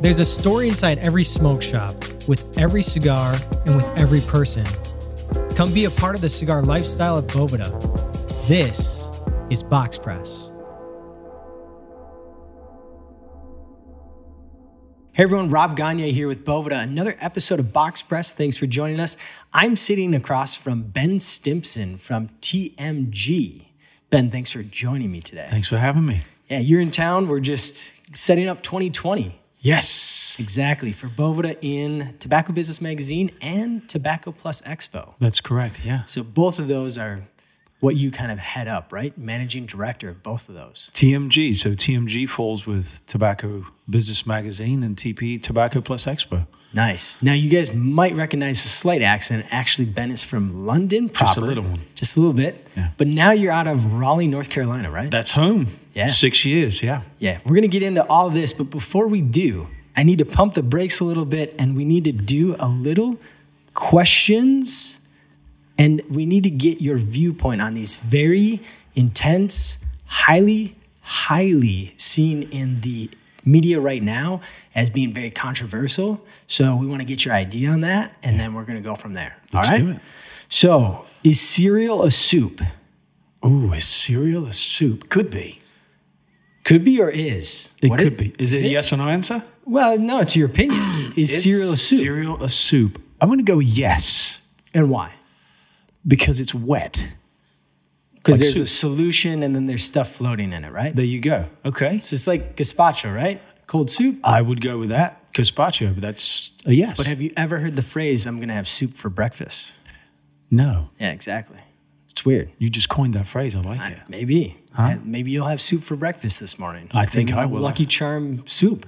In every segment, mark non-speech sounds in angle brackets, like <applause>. There's a story inside every smoke shop, with every cigar, and with every person. Come be a part of the cigar lifestyle at Bovada. This is Box Press. Hey everyone, Rob Gagne here with Bovada, another episode of Box Press. Thanks for joining us. I'm sitting across from Ben Stimpson from TMG. Ben, thanks for joining me today. Thanks for having me. Yeah, you're in town. We're just setting up 2020. Yes, Exactly. For Bovada in Tobacco Business Magazine and Tobacco Plus Expo. that's correct. Yeah. So both of those are what you kind of head up, right? Managing director of both of those. TMG. So TMG falls with Tobacco Business Magazine and TP Tobacco Plus Expo. Nice. Now you guys might recognize a slight accent. Actually, Ben is from London proper. Just a little one. Just a little bit. Yeah. But now you're out of Raleigh, North Carolina, right? That's home. Yeah. Six years. Yeah. Yeah, we're going to get into all this, but before we do, I need to pump the brakes a little bit and we need to do a little questions and we need to get your viewpoint on these very intense, highly, highly seen in the media right now as being very controversial. So we want to get your idea on that and then we're going to go from there. Let's all right. do it. So, is cereal a soup? Oh, is cereal a soup? Could be. Could be or is? It What could be. Is, it it? a yes or no answer? Well, no, it's your opinion. Is, cereal a soup? Cereal a soup. I'm going to go yes and why? because it's wet. Because Like there's a soup. solution and then there's stuff floating in it, right? There you go. Okay. So it's like gazpacho, right? Cold soup. I would go with that. Gazpacho, but that's a yes. But have you ever heard the phrase, I'm going to have soup for breakfast? no, Yeah, exactly. It's weird. you just coined that phrase. I like it. Maybe. Yeah, Maybe you'll have soup for breakfast this morning. I think Maybe I you'll have will. Lucky Charm soup.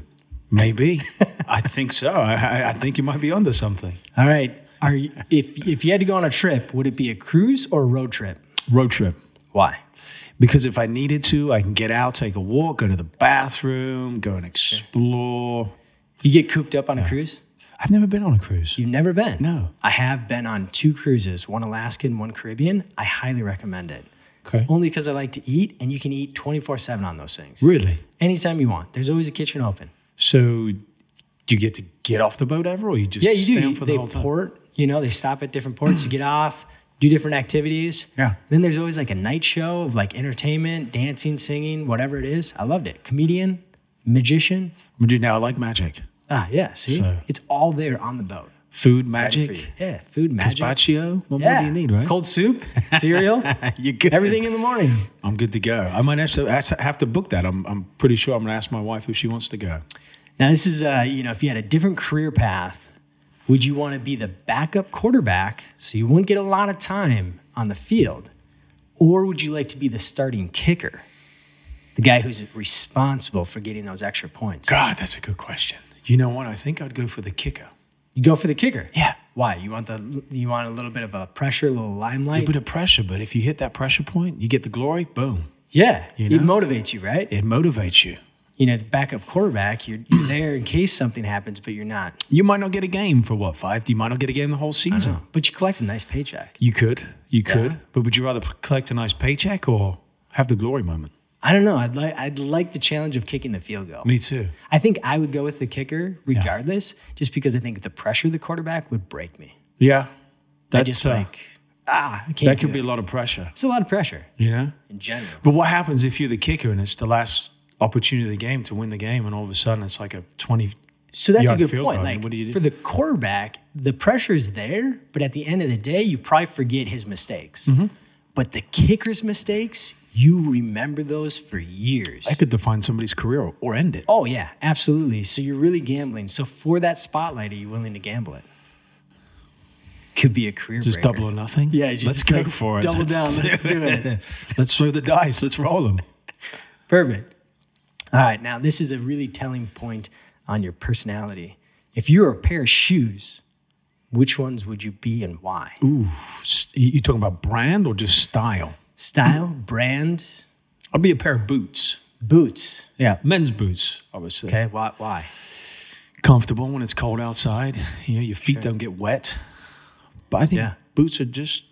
Maybe. I think so. I, I, I think you might be onto something. All right. Are you, if, if you had to go on a trip, would it be a cruise or a road trip? Road trip. Why? Because if I needed to, I can get out, take a walk, go to the bathroom, go and explore. You get cooped up on a cruise? I've never been on a cruise. You've never been? No. I have been on two cruises, one Alaska and one Caribbean. I highly recommend it. Okay. Only because I like to eat, and you can eat 24 7 on those things. Really? Anytime you want. There's always a kitchen open. So you get to get off the boat ever, or you just Yeah, you do. stay on You- for the they whole time? port, you know, they stop at different ports to <clears throat> get off, do different activities. Yeah. Then there's always like a night show of like entertainment, dancing, singing, whatever it is. I loved it. Comedian, magician. I'm gonna do now. I like magic, Ah, yeah, see? So- It's all there on the boat. food, Ready magic, for you. Yeah, food, magic. gazpacho. What Yeah. more do you need, right? Cold soup, cereal, <laughs> You're good. everything in the morning. I'm good to go. I might have to, have to- have to book that. I'm, I'm pretty sure I'm gonna ask my wife if she wants to go. Now, this is, uh, you know, if you had a different career path, would you want to be the backup quarterback so you wouldn't get a lot of time on the field? Or would you like to be the starting kicker, the guy who's responsible for getting those extra points? God, that's a good question. You know what? I think I'd go for the kicker. You go for the kicker. Yeah. Why? You want the you want a little bit of a pressure, a little A limelight? bit of pressure, but if you hit that pressure point, you get the glory. Boom. yeah. You It know? motivates you, right? It motivates you. You know, the backup quarterback, you're, you're there in case something happens, but you're not. You might not get a game for what five? You might not get a game the whole season. But you collect a nice paycheck. You could, you could, but would you rather p- collect a nice paycheck or have the glory moment? I don't know. I'd like I'd like the challenge of kicking the field goal. Me too. I think I would go with the kicker regardless, just because I think the pressure of the quarterback would break me. Yeah, I that's just uh, like ah, I can't. that could do be it. a lot of pressure. It's a lot of pressure You know, in general. but what happens if you're the kicker and it's the last opportunity of the game to win the game, and all of a sudden it's like a twenty? So that's Yeah, a I'd good feel point. bad. Like What do you do? for the quarterback, the pressure is there, but at the end of the day, you probably forget his mistakes. Mm-hmm. But the kicker's mistakes, you remember those for years. That could define somebody's career or, or end it. oh yeah, absolutely. So you're really gambling. So for that spotlight, are you willing to gamble it? Could be a career. Just breaker. double or nothing. Yeah, just <laughs> let's go like for it. double down. Let's <laughs> do let's throw the dice. Let's roll them. Perfect. All right, now this is a really telling point on your personality. If you were a pair of shoes, which ones would you be and why? Ooh, s- you you talking about brand or just style? Style, brand, I'd be a pair of boots. boots. Yeah, men's boots, obviously. Okay, why? why? Comfortable when it's cold outside. You know, your feet don't get wet. But I think Yeah. boots are just,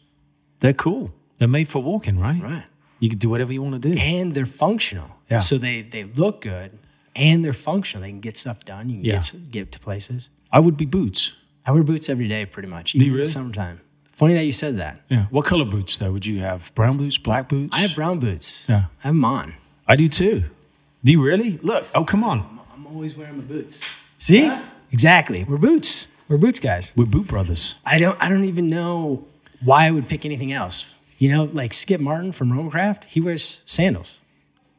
they're cool. They're made for walking, right? Right. You can do whatever you want to do. And they're functional. Yeah. So they, they look good and they're functional. They can get stuff done. You can Yeah. get, s- get to places. I would be boots. I wear boots every day, pretty much. you Even in the really? summertime. Funny that you said that. Yeah. What color boots though? Would you have brown boots, black boots? I have brown boots. Yeah. I have them on. I do too. Do you really? Look. Oh, come on. I'm always wearing my boots. See? Exactly. We're boots. We're boots guys. We're boot brothers. I don't I don't even know why I would pick anything else. You know, like Skip Martin from Robocraft, he wears sandals.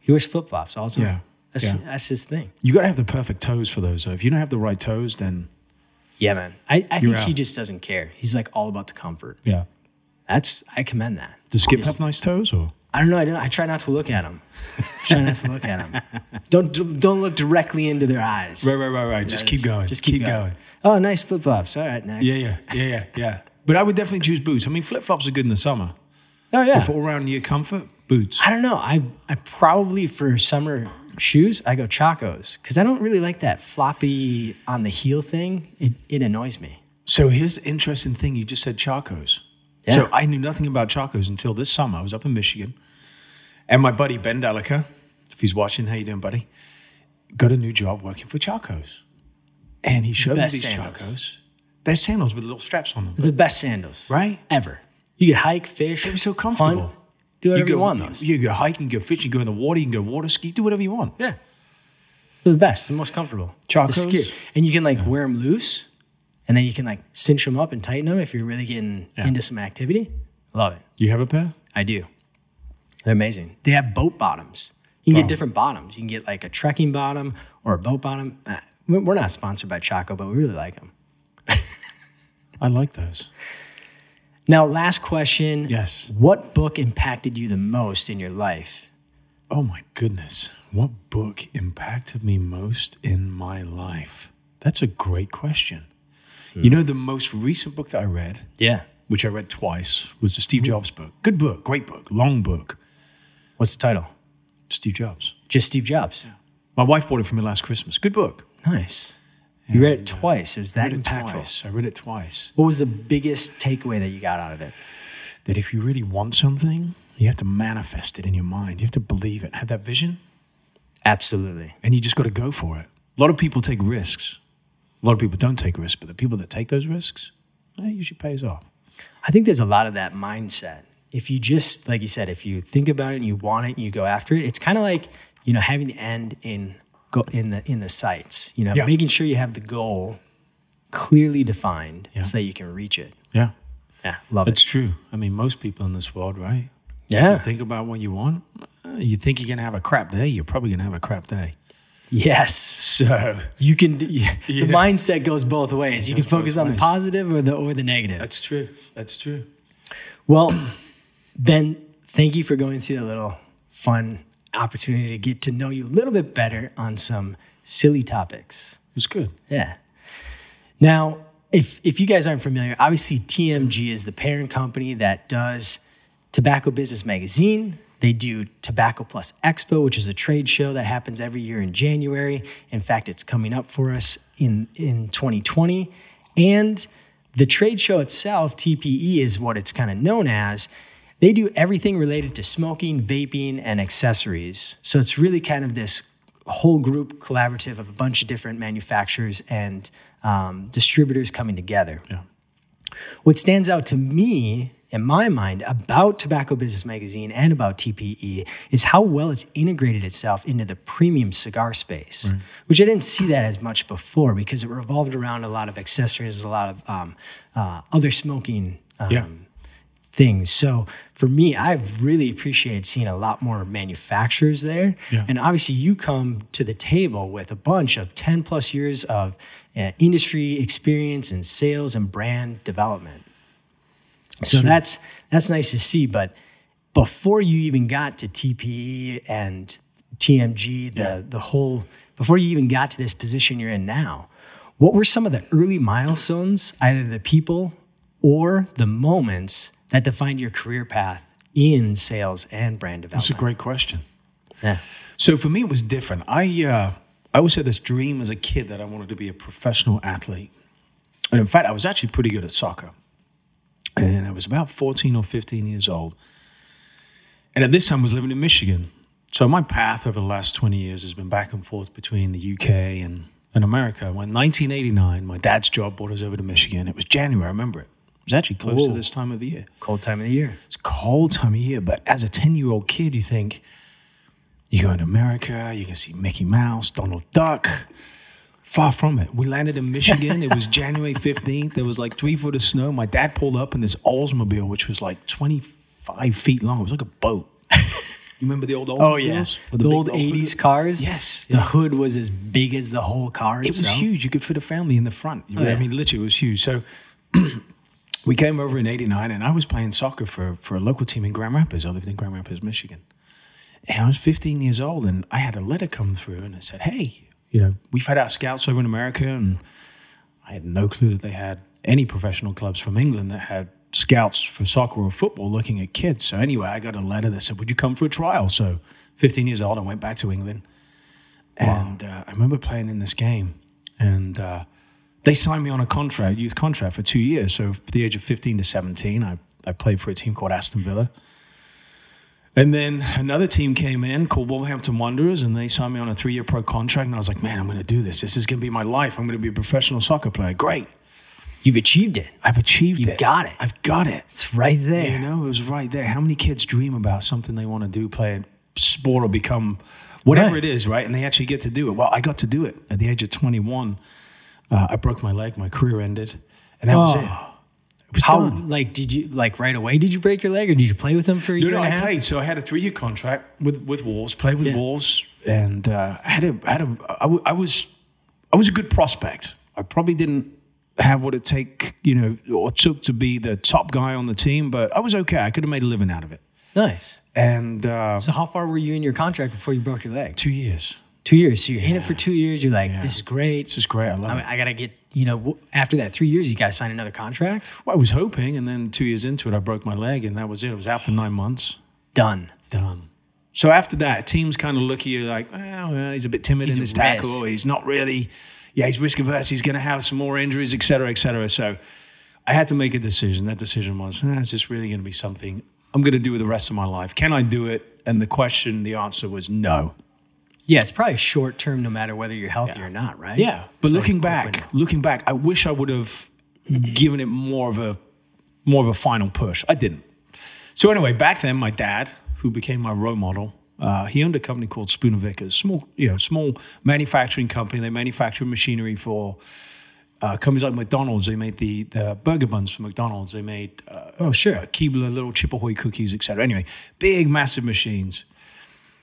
He wears flip flops all the time. Yeah. That's Yeah. that's his thing. You got to have the perfect toes for those. Though. If you don't have the right toes, then Yeah, man. I, I think You're he out. just doesn't care. He's like all about the comfort. yeah. That's I commend that. Does Skip Yes. have nice toes or? I don't know. I, don't, I try not to look at them. try not to look at <laughs> them. Don't don't look directly into their eyes. Right, right, right, right. Just keep going. Just keep, going. Oh, nice flip flops. All right, next. Yeah, yeah, yeah, yeah, yeah. But I would definitely choose boots. I mean, flip flops are good in the summer. Oh yeah. For all around year comfort, boots. I don't know. I I probably for summer shoes I go Chacos because I don't really like that floppy on the heel thing. It it annoys me. So here's the interesting thing. You just said Charcos. Yeah. So I knew nothing about Charcos until this summer. I was up in Michigan, and my buddy Ben Delica, if he's watching, how you doing, buddy? Got a new job working for Charcos, and he showed me Best these sandals. Charcos. They're sandals with little straps on them, They're the best sandals right? ever. You could hike, fish. They're so hunt, comfortable. do whatever you, go want those. You go hiking, you go fishing, you go in the water, you can go water ski, do whatever you want. Yeah. They're the best, the most comfortable. Chacos? The ski- And you can like wear them loose and then you can like cinch them up and tighten them if you're really getting Yeah. into some activity. Love it. You have a pair? I do. They're amazing. They have boat bottoms. You can Wow. get different bottoms. You can get like a trekking bottom or a boat bottom. Uh, we- We're not sponsored by Chaco, but we really like them. I like those. Now, last question. Yes. What book impacted you the most in your life? Oh my goodness. What book impacted me most in my life? That's a great question. Hmm. You know, the most recent book that I read, Yeah. which I read twice, was the Hmm. Steve Jobs book. Good book, great book, long book. What's the title? Steve Jobs. Just Steve Jobs. My wife bought it for me last Christmas. Good book. Nice. You uh, read it twice. It was that I read it impactful. twice. I read it twice. What was the biggest takeaway that you got out of it? That if you really want something, you have to manifest it in your mind. You have to believe it, have that vision, Absolutely. and you just got to go for it. A lot of people take risks. A lot of people don't take risks, but the people that take those risks, eh, usually pays off. I think there's a lot of that mindset. If you just, like you said, if you think about it and you want it and you go after it, it's kind of like you know having the end in go in the in the sights. You know, Yeah. making sure you have the goal clearly defined so that you can reach it. Yeah, Yeah, love that's it. true. I mean, most people in this world, right? Yeah, Think about what you want. Uh, You think you're going to have a crap day, you're probably going to have a crap day. yes. So You can. d- <laughs> y- You the know. mindset goes both ways. You can goes both focus on the ways. positive or the or the negative. that's true. That's true. Well, Ben, thank you for going through that little fun opportunity to get to know you a little bit better on some silly topics. It's good. Yeah. Now, if if you guys aren't familiar, obviously TMG is the parent company that does Tobacco Business Magazine. They do Tobacco Plus Expo, which is a trade show that happens every year in January. In fact, it's coming up for us in in 2020. And the trade show itself, TPE is what it's kind of known as. They do everything related to smoking, vaping, and accessories. So it's really kind of this whole group collaborative of a bunch of different manufacturers and um, distributors coming together. Yeah. What stands out to me in my mind about Tobacco Business Magazine and about TPE is how well it's integrated itself into the premium cigar space, which I didn't see that as much before because it revolved around a lot of accessories, a lot of um, uh, other smoking um, Yeah. things. So for me, I've really appreciated seeing a lot more manufacturers there. Yeah. And obviously, you come to the table with a bunch of 10 plus years of uh, industry experience and sales and brand development. So that's that's nice to see. But before you even got to TPE and TMG, the the whole before you even got to this position you're in now, what were some of the early milestones, either the people or the moments that defined your career path in sales and brand That's a development? great question. Yeah. So for me, it was different. I uh, I always had this dream as a kid that I wanted to be a professional athlete, and in fact, I was actually pretty good at soccer. And I was about fourteen or fifteen years old, and at this time, I was living in Michigan, So my path over the last 20 years has been back and forth between the UK and, and America. When 1989, my dad's job brought us over to Michigan. It was January, I remember it. It was actually close to Whoa. this time of the year. Cold time of the year. It's cold time of year, but as a 10 year old kid, you think you go to America, you can see Mickey Mouse, Donald Duck. Far from it. We landed in Michigan. it was January 15th. There was like three foot of snow. My dad pulled up in this Oldsmobile, which was like 25 feet long. It was like a boat. you remember the old Oldsmobiles? Oh, The, Oh, With big old open- 80s cars. Yes, The yeah. hood was as big as the whole car It was itself. huge. You could fit a family in the front. You Oh, know, yeah. I mean, literally, it was huge. So <clears throat> we came over in '89, and I was playing soccer for for a local team in Grand Rapids. I lived in Grand Rapids, Michigan, and I was 15 years old, and I had a letter come through, and it said, "Hey, you know, we've had our scouts over in America, and I had no clue that they had any professional clubs from England that had." Scouts for soccer or football looking at kids. So, anyway, I got a letter that said, Would you come for a trial? So, 15 years old, I went back to England. And uh, I remember playing in this game, and uh, they signed me on a contract, youth contract, for two years. So, at the age of 15 to 17, I, I played for a team called Aston Villa. And then another team came in called Wolverhampton Wanderers, and they signed me on a three year pro contract. And I was like, man, I'm going to do this. This is going to be my life. I'm going to be a professional soccer player. Great. You've achieved it. I've achieved You've it. got it. I've got it. It's right there. You know, it was right there. How many kids dream about something they want to do, play a sport or become whatever Right. it is, right? And they actually get to do it. Well, I got to do it at the age of 21. Uh, I broke my leg, my career ended, and that was Oh. it. It was How, done. like, did you, like, right away, did you break your leg or did you play with him for a No, year no, and a I half? played. So I had a three-year contract with with Wolves. Played with Yeah. Wolves, and uh, I had a I had a I, w- I was I was a good prospect. I probably didn't have what it take, you know, or took to be the top guy on the team, but I was okay. I could have made a living out of it. Nice. And uh, So, how far were you in your contract before you broke your leg? two years. Two years. So, you're in it for two years. You're like, this is great. This is great. I love I, mean, it. I got to get, you know, w- after that three years, you got to sign another contract. Well, I was hoping, and then two years into it, I broke my leg, and that was it. I was out for nine months. Done. Done. So after that, teams kind of look at you like, well, well, he's a bit timid He's in a his tackle. risk." He's not really, yeah, he's risk averse. He's going to have some more injuries, et cetera, et cetera. So I had to make a decision. That decision was, ah, is this really going to be something I'm going to do with the rest of my life? Can I do it? And the question, the answer was no. Yeah, it's probably short term, no matter whether you're healthy or not, right? Yeah, but It's like looking a quick back, window. looking back, I wish I would have given it more of a more of a final push. I didn't. So anyway, back then, my dad, who became my role model, uh, he owned a company called Spooner Vickers, small you know small manufacturing company. They manufactured machinery for. Uh, companies like McDonald's, they made the, the burger buns for McDonald's. They made uh, Oh, sure. uh, Keebler, little Chippehoy cookies, etc. Anyway, big, massive machines.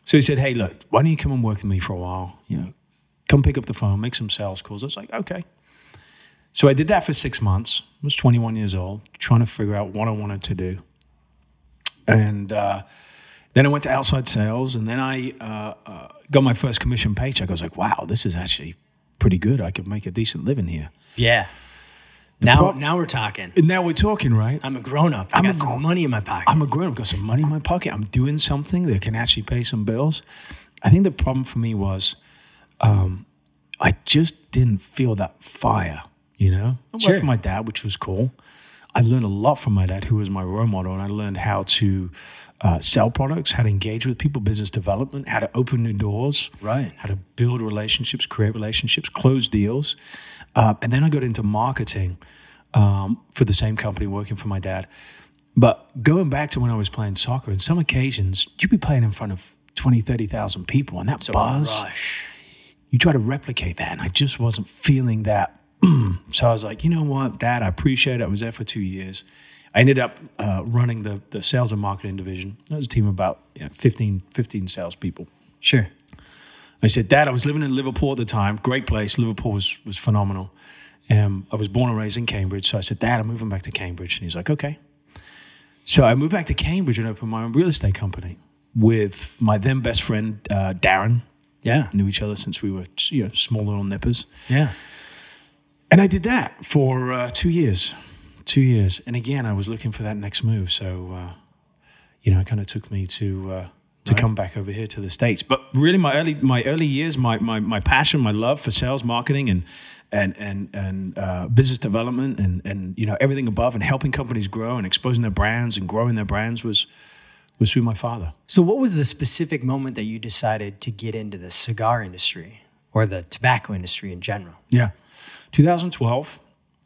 So he said, "Hey, look, why don't you come and work with me for a while? You know, come pick up the phone, make some sales calls." I was like, "Okay." So I did that for six months. I was 21 years old, trying to figure out what I wanted to do, and uh, then I went to outside sales, and then I uh, uh, got my first commission paycheck. I was like, "Wow, this is actually pretty good. I could make a decent living here." Yeah. Now, prob- now we're talking. And now we're talking, right? I'm a grown up. I I'm got a some money in my pocket. I'm a grown up, got some money in my pocket. I'm doing something that can actually pay some bills. I think the problem for me was um, I just didn't feel that fire, you know? I worked Sure. for my dad, which was cool. I learned a lot from my dad, who was my role model, and I learned how to uh, sell products, how to engage with people, business development, how to open new doors, Right. How to build relationships, create relationships, close deals, uh, and then I got into marketing um, for the same company, working for my dad. But going back to when I was playing soccer, in some occasions you'd be playing in front of 20, 30,000 people, and that buzz Rush. you try to replicate that. And I just wasn't feeling that. <clears throat> so I was like, you know what, Dad, I appreciate it. I was there for two years. I ended up uh, running the, the sales and marketing division. That was a team of about you know, 15, 15 salespeople. Sure. I said, Dad, I was living in Liverpool at the time. Great place. Liverpool was, was phenomenal. Um, I was born and raised in Cambridge. So I said, Dad, I'm moving back to Cambridge. And he's like, okay. So I moved back to Cambridge and opened my own real estate company with my then best friend, uh, Darren. Yeah. Knew each other since we were you know, small little nippers. Yeah. And I did that for uh, two years, two years. And again, I was looking for that next move. So, uh, you know, it kind of took me to uh, to come back over here to the states. But really, my early my early years, my my, my passion, my love for sales, marketing, and and and and uh, business development, and and you know everything above, and helping companies grow and exposing their brands and growing their brands was was through my father. So, what was the specific moment that you decided to get into the cigar industry or the tobacco industry in general? Yeah. 2012.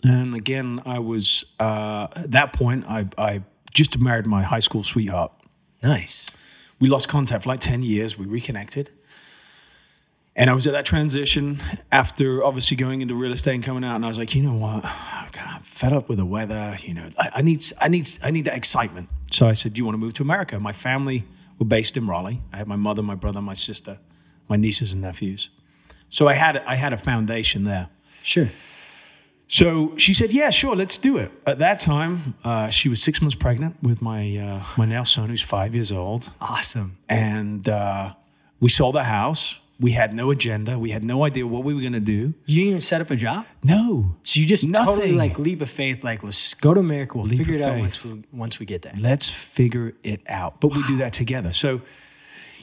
And again, I was, uh, at that point, I, I just married my high school sweetheart. Nice. We lost contact for like 10 years. We reconnected. And I was at that transition after obviously going into real estate and coming out. And I was like, you know what? God, I'm fed up with the weather. You know, I, I need, I need, I need that excitement. So I said, do you want to move to America? My family were based in Raleigh. I had my mother, my brother, my sister, my nieces and nephews. So I had, I had a foundation there. Sure. So she said, "Yeah, sure, let's do it." At that time, uh, she was six months pregnant with my uh, my now son, who's five years old, Awesome. and uh, we sold the house. We had no agenda. We had no idea what we were going to do. You didn't even set up a job? No, So you just totally Nothing. like leap of faith, like let's go to America. We'll figure it of out faith. once we once we get there. let's figure it out. But we do that together. So,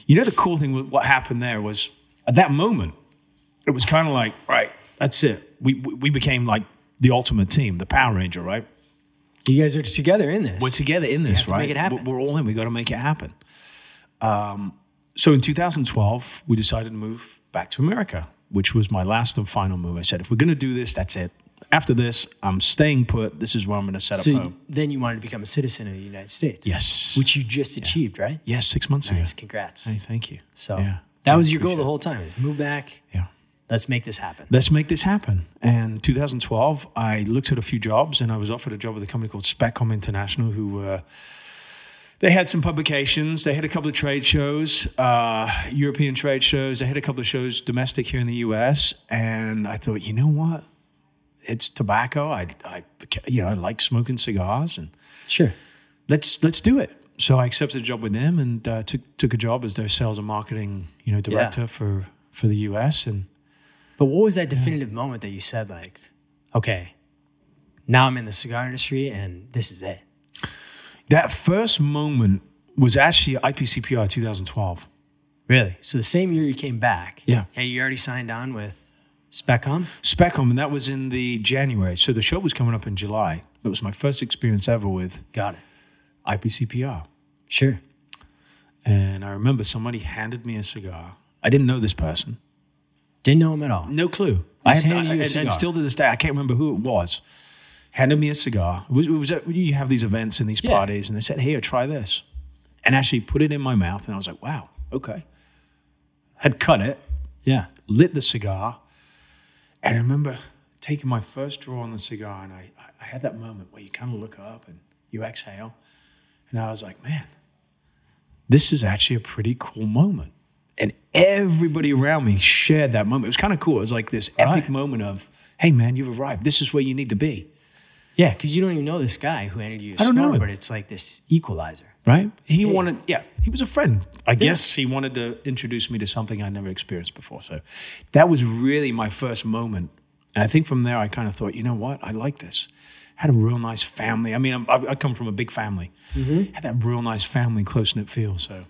you know, the cool thing with what happened there was at that moment, it was kind of like, right, that's it. We we we became like the ultimate team, the Power Ranger, right? You guys are together in this. We're together in this, to right? make it happen. We're we're all in. We got to make it happen. Um, so in 2012, we decided to move back to America, which was my last and final move. I said, if we're going to do this, that's it. After this, I'm staying put. This is where I'm going to set up so home. then you wanted to become a citizen of the United States. Yes. Which you just achieved, right? yes, six months Nice. ago. Congrats. Hey, thank you. So yeah. that Yeah, was your goal appreciate the whole time. Is move back. it. Yeah. Let's make this happen. Let's make this happen. And 2012, I looked at a few jobs and I was offered a job with a company called Speccom International, who were they had some publications. They had a couple of trade shows, uh, European trade shows. They had a couple of shows domestic here in the U.S. And I thought, you know what? It's tobacco. I, I you know, I like smoking cigars, and Sure. let's let's do it. So I accepted a job with them and uh, took took a job as their sales and marketing, you know, director for for the U.S. and But what was that definitive moment that you said like, okay, now I'm in the cigar industry and this is it? That first moment was actually IPCPR 2012. Really? So the same year you came back. Yeah. And you already signed on with Speccom. Speccom, and that was in the January. So the show was coming up in July. It was my first experience ever with Got it. IPCPR. Sure. And I remember somebody handed me a cigar. I didn't know this person. Didn't know him at all. No clue. I just had, handed I- you a and- cigar. and still to this day, I can't remember who it was. Handed me a cigar. It was, it was at- you have these events and these Yeah. parties, and they said, "Here, try this," and actually put it in my mouth, and I was like, "Wow, okay." Had cut it, Yeah. lit the cigar, and I remember taking my first draw on the cigar, and I, I- I had that moment where you kind of look up and you exhale, and I was like, man, this is actually a pretty cool moment. And everybody around me shared that moment. It was kind of cool. It was like this epic Right. moment of, hey, man, you've arrived. This is where you need to be, Yeah, because you don't even know this guy who handed you a I don't know store, him. but it's like this equalizer. right? He wanted, yeah, he was a friend. I guess he wanted to introduce me to something I never experienced before. So that was really my first moment. And I think from there, I kind of thought, you know what? I like this. Had a real nice family. I mean, I'm, I, I come from a big family. Had that real nice family, close knit feel. So,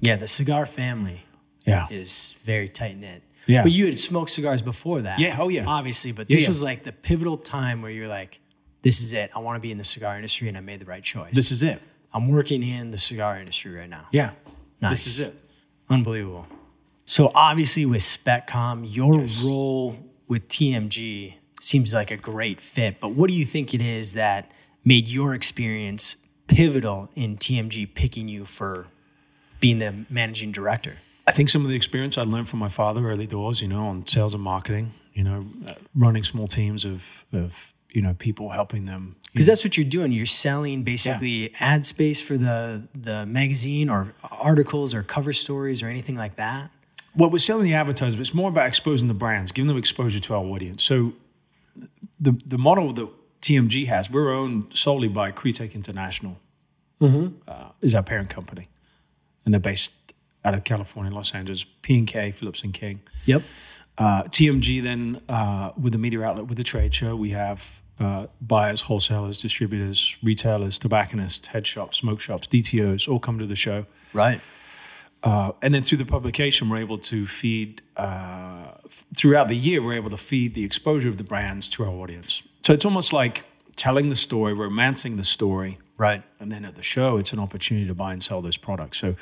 Yeah, the cigar family yeah. is very tight knit. Yeah. But you had smoked cigars before that. Yeah, oh, yeah. Obviously, but Yeah, this yeah. was like the pivotal time where you're like, this is it. I want to be in the cigar industry and I made the right choice. This is it. I'm working in the cigar industry right now. Yeah. Nice. This is it. Unbelievable. So obviously with SpecCom, your role with TMG seems like a great fit, but what do you think it is that made your experience pivotal in TMG picking you for being the managing director? I think some of the experience I learned from my father early doors, you know, on sales and marketing, you know, uh, running small teams of, of you know, people helping them. Because that's what you're doing. You're selling basically ad space for the the magazine or articles or cover stories or anything like that. Well, we're selling the advertisers, but it's more about exposing the brands, giving them exposure to our audience. So the, the model that TMG has, we're owned solely by Cretec International, uh, is our parent company. And they're based out of California, Los Angeles, P&K, Phillips & King. Yep. Uh, TMG then uh, with the media outlet with the trade show we have uh, buyers, wholesalers, distributors, retailers, tobacconists, head shops, smoke shops, DTOs all come to the show. Right. Uh, and then through the publication, we're able to feed uh, f- throughout the year. We're able to feed the exposure of the brands to our audience. So it's almost like telling the story, romancing the story, Right. And then at the show, it's an opportunity to buy and sell those products. So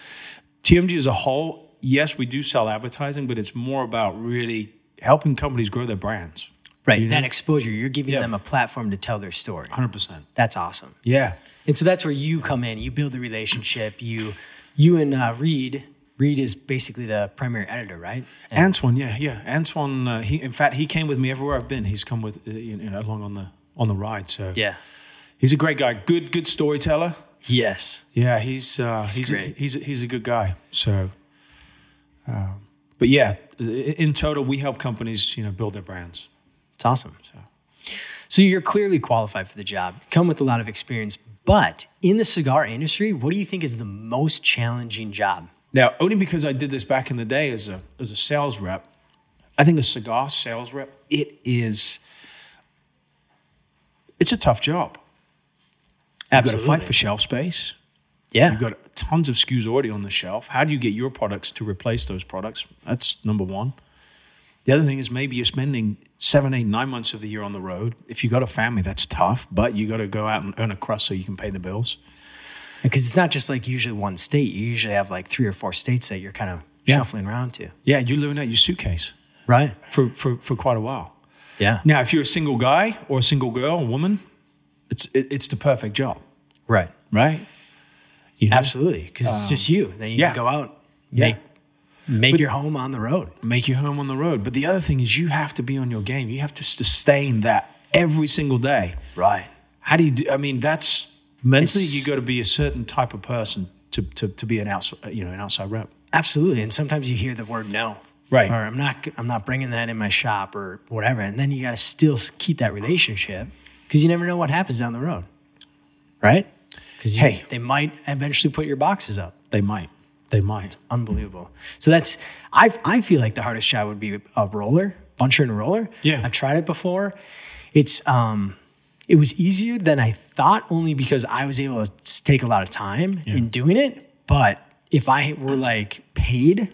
TMG as a whole, yes, we do sell advertising, but it's more about really helping companies grow their brands. Right. You know? That exposure, you're giving Yeah. them a platform to tell their story. 100%. That's awesome. Yeah. And so that's where you come in. You build the relationship. You, you and uh, Reed. Reed is basically the primary editor, right? And Antoine, yeah, yeah. Antoine, uh, he, in fact, he came with me everywhere I've been. He's come with, uh, you know, along on the, on the ride. So yeah. he's a great guy. Good, good storyteller. Yes. Yeah, he's uh, he's great. A, he's a, he's a good guy. So, um, but yeah, i- in total, we help companies you know build their brands. It's awesome. So. you're clearly qualified for the job, come with a lot of experience. But in the cigar industry, what do you think is the most challenging job? Now, only because I did this back in the day as a as a sales rep, I think a cigar sales rep it is it's a tough job. You've got to fight for shelf space. Yeah. You've got tons of SKUs already on the shelf. How do you get your products to replace those products? That's number one. The other thing is maybe you're spending seven, eight, nine months of the year on the road. If you got a family, that's tough, but you got to go out and earn a crust so you can pay the bills. Because it's not just like usually one state. You usually have like three or four states that you're kind of Yeah. shuffling around to. Yeah, you're living out your suitcase Right. for, for, for quite a while. Yeah. Now, if you're a single guy or a single girl, a woman, it's, it, it's the perfect job, Right. right? You know? Absolutely. Because it's just you. Then you Um, yeah. can go out, Yeah. make, make your home on the road. make your home on the road. But the other thing is you have to be on your game. You have to sustain that every single day. Right. How do you do? I mean, that's mentally It's- you got to be a certain type of person to, to, to be an outside, you know, an outside rep. Absolutely. And sometimes you hear the word no. Right. Or I'm not I'm not bringing that in my shop or whatever. And then you got to still s- keep that relationship because you never know what happens down the road. Right? Cuz Hey. they might eventually put your boxes up. They might. They might. Unbelievable. So that's I I feel like the hardest shot would be a roller, buncher and roller. Yeah. I've tried it before. It's um it was easier than I thought only because I was able to s- take a lot of time in doing it, but if I were like paid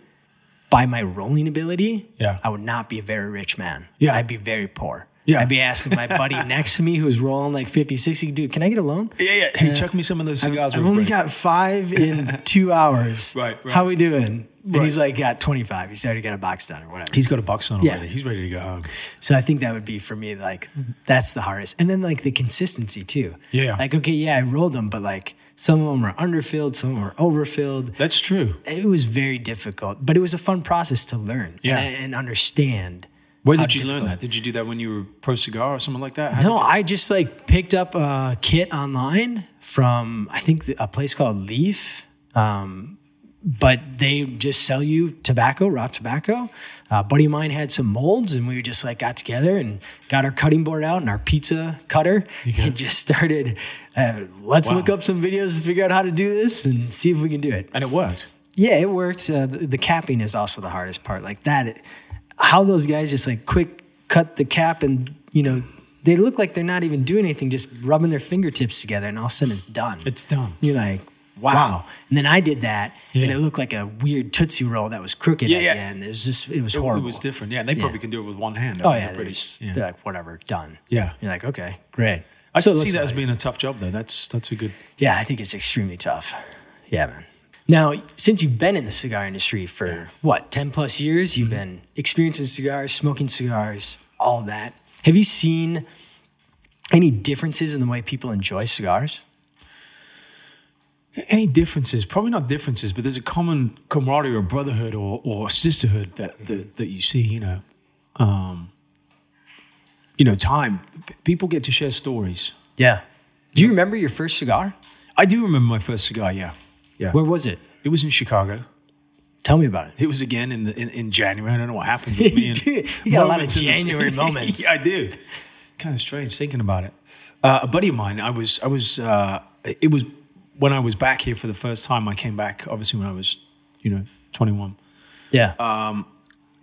by my rolling ability, Yeah. I would not be a very rich man. Yeah. I'd be very poor. Yeah. I'd be asking my buddy <laughs> next to me who's rolling like 50, 60, dude, can I get a loan? Yeah, yeah. Hey, chuck me some of those cigars. I've real only quick. got five <laughs> in two hours. Right, right. How we doing? And he's like, got 25. He's already got a box done or whatever. He's got a box on Yeah. already. He's ready to go home. So I think that would be for me, like, that's the hardest. And then, like, the consistency, too. Yeah. Like, okay, yeah, I rolled them, but like, some of them were underfilled, some of them were overfilled. That's true. It was very difficult, but it was a fun process to learn Yeah. and, and understand. Where how did you learn difficult- that? Did you do that when you were pro cigar or something like that? How No, I just like picked up a kit online from I think a place called Leaf, um, but they just sell you tobacco, raw tobacco. A buddy of mine had some molds, and we just like got together and got our cutting board out and our pizza cutter, and just started. Uh, let's look up some videos and figure out how to do this and see if we can do it. And it worked. Yeah, it worked. Uh, the, the capping is also the hardest part. Like that, how those guys just like quick cut the cap and you know they look like they're not even doing anything, just rubbing their fingertips together, and all of a sudden it's done. It's done. You're like, wow. And then I did that, and it looked like a weird tootsie roll that was crooked at yeah. the end. It was just, it was It- horrible. It was different. Yeah, and they probably can do it with one hand. Oh I mean, yeah, they're they're, pretty- just, yeah. they're like whatever, done. Yeah. You're like, okay, great. I So can it see looks that as like- being a tough job though. That's that's a good. yeah, I think it's extremely tough. Yeah, man. Now, since you've been in the cigar industry for what, 10 plus years, you've been experiencing cigars, smoking cigars, all that. Have you seen any differences in the way people enjoy cigars? Any differences? Probably not differences, but there's a common camaraderie or brotherhood or, or sisterhood that, that that you see. You know, um, you know, time. P- People get to share stories. Yeah. Do you remember your first cigar? I do remember my first cigar. Yeah, yeah. Where was it? it was in Chicago. Tell me about it. It was again in the in, in January. I don't know what <laughs> happened with me. You and do- you got a lot of moments in the- <laughs> January moments. yeah, I do. Kind of strange thinking about it. Uh, a buddy of mine. I was. I was. Uh, it was when I was back here for the first time. I came back obviously when I was, you know, twenty one. Yeah. Uh,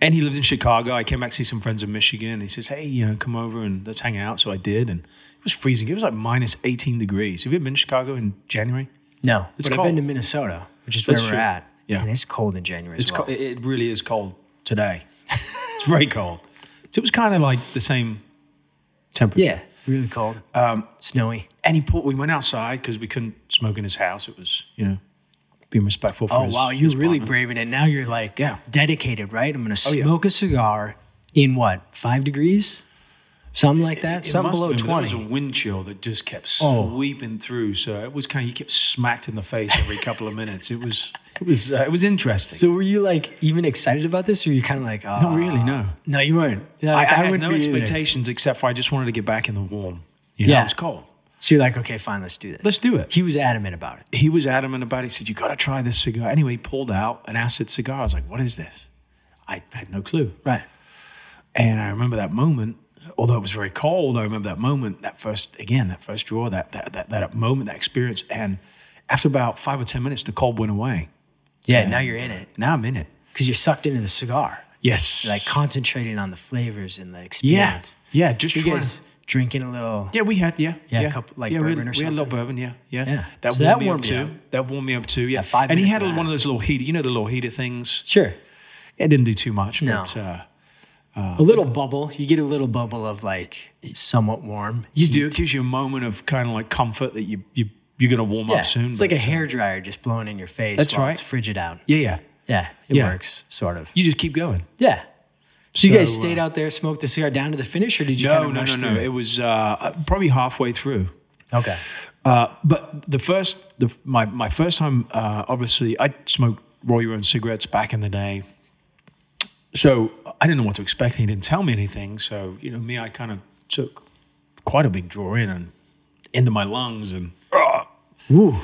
And he lived in Chicago. I came back to see some friends in Michigan. He says, "Hey, you know, come over and let's hang out." So I did, and it was freezing. It was like minus eighteen degrees. Have you ever been to Chicago in January? no. it's but I've been cold. to Minnesota, which is where That's we're true. at. Yeah. And it's cold in January It's as well. co- it- it really is cold today. <laughs> it's very cold. So it was kind of like the same temperature. yeah. Really cold. Um, Snowy. And he pulled, we went outside because we couldn't smoke in his house. It was, you know, being respectful for Oh his- wow, you're his really apartment. braving it. Now you're like Yeah. dedicated, right? I'm gonna yeah. smoke a cigar in what five degrees, something like that, It something must below have been, but There twenty. was a wind chill that just kept Oh. sweeping through, so it was kind of you kept smacked in the face every couple of minutes. It <laughs> was it was uh, it was interesting. So were you like even excited about this, or were you kind of like, oh, Not really, no. no, you weren't. Yeah, I, like, I had wouldn't no be either. expectations except for I just wanted to get back in the warm. You know, Yeah. it was cold. So you're like, okay, fine, let's do this. Letess do it. He was adamant about it. He was adamant about it. He said, "You got to try this cigar." Anyway, he pulled out an acid cigar. I was like, "What is this?" I had no clue. Right. And I remember that moment, although it was very cold, I remember that moment, that first, again, that first draw, that, that, that, that moment, that experience. And after about five or 10 minutes, the cold went away. Yeah. Now you're in it Now I'm in it. because you're sucked into the cigar, Yes. like concentrating on the flavors and the yeah. experience. Yeah. Just You trying. guys drinking a little. Yeah, we had, yeah. Yeah, a couple- like yeah, we had- bourbon or We had a little bourbon, yeah. Yeah. Yeah. That, So warmed that me warmed up you too. That warmed me up too, yeah. At five and he minutes had and a one of half. those little heater, you know, the little heater things. Sure. It didn't do too much, No. but uh, a little bubble. You get a little bubble of like somewhat warm. you do. It gives you a moment of kind of like comfort that you, you, you're going to warm Yeah. up soon. It's like but, a uh, hair dryer just blowing in your face. That's while right. It's frigid out. Yeah, yeah. Yeah, it Yeah. works sort of. You just keep going. Yeah. So, you guys So, uh, stayed out there, smoked the cigar down to the finish, or did you no, kind of no, rush no, through no. It was uh, probably halfway through. Okay. Uh, but the first, the, my my first time, uh, obviously, I smoked roll your own cigarettes back in the day. So I didn't know what to expect. He didn't tell me anything. So you know, me, I kind of took quite a big draw in and into my lungs, and Ooh,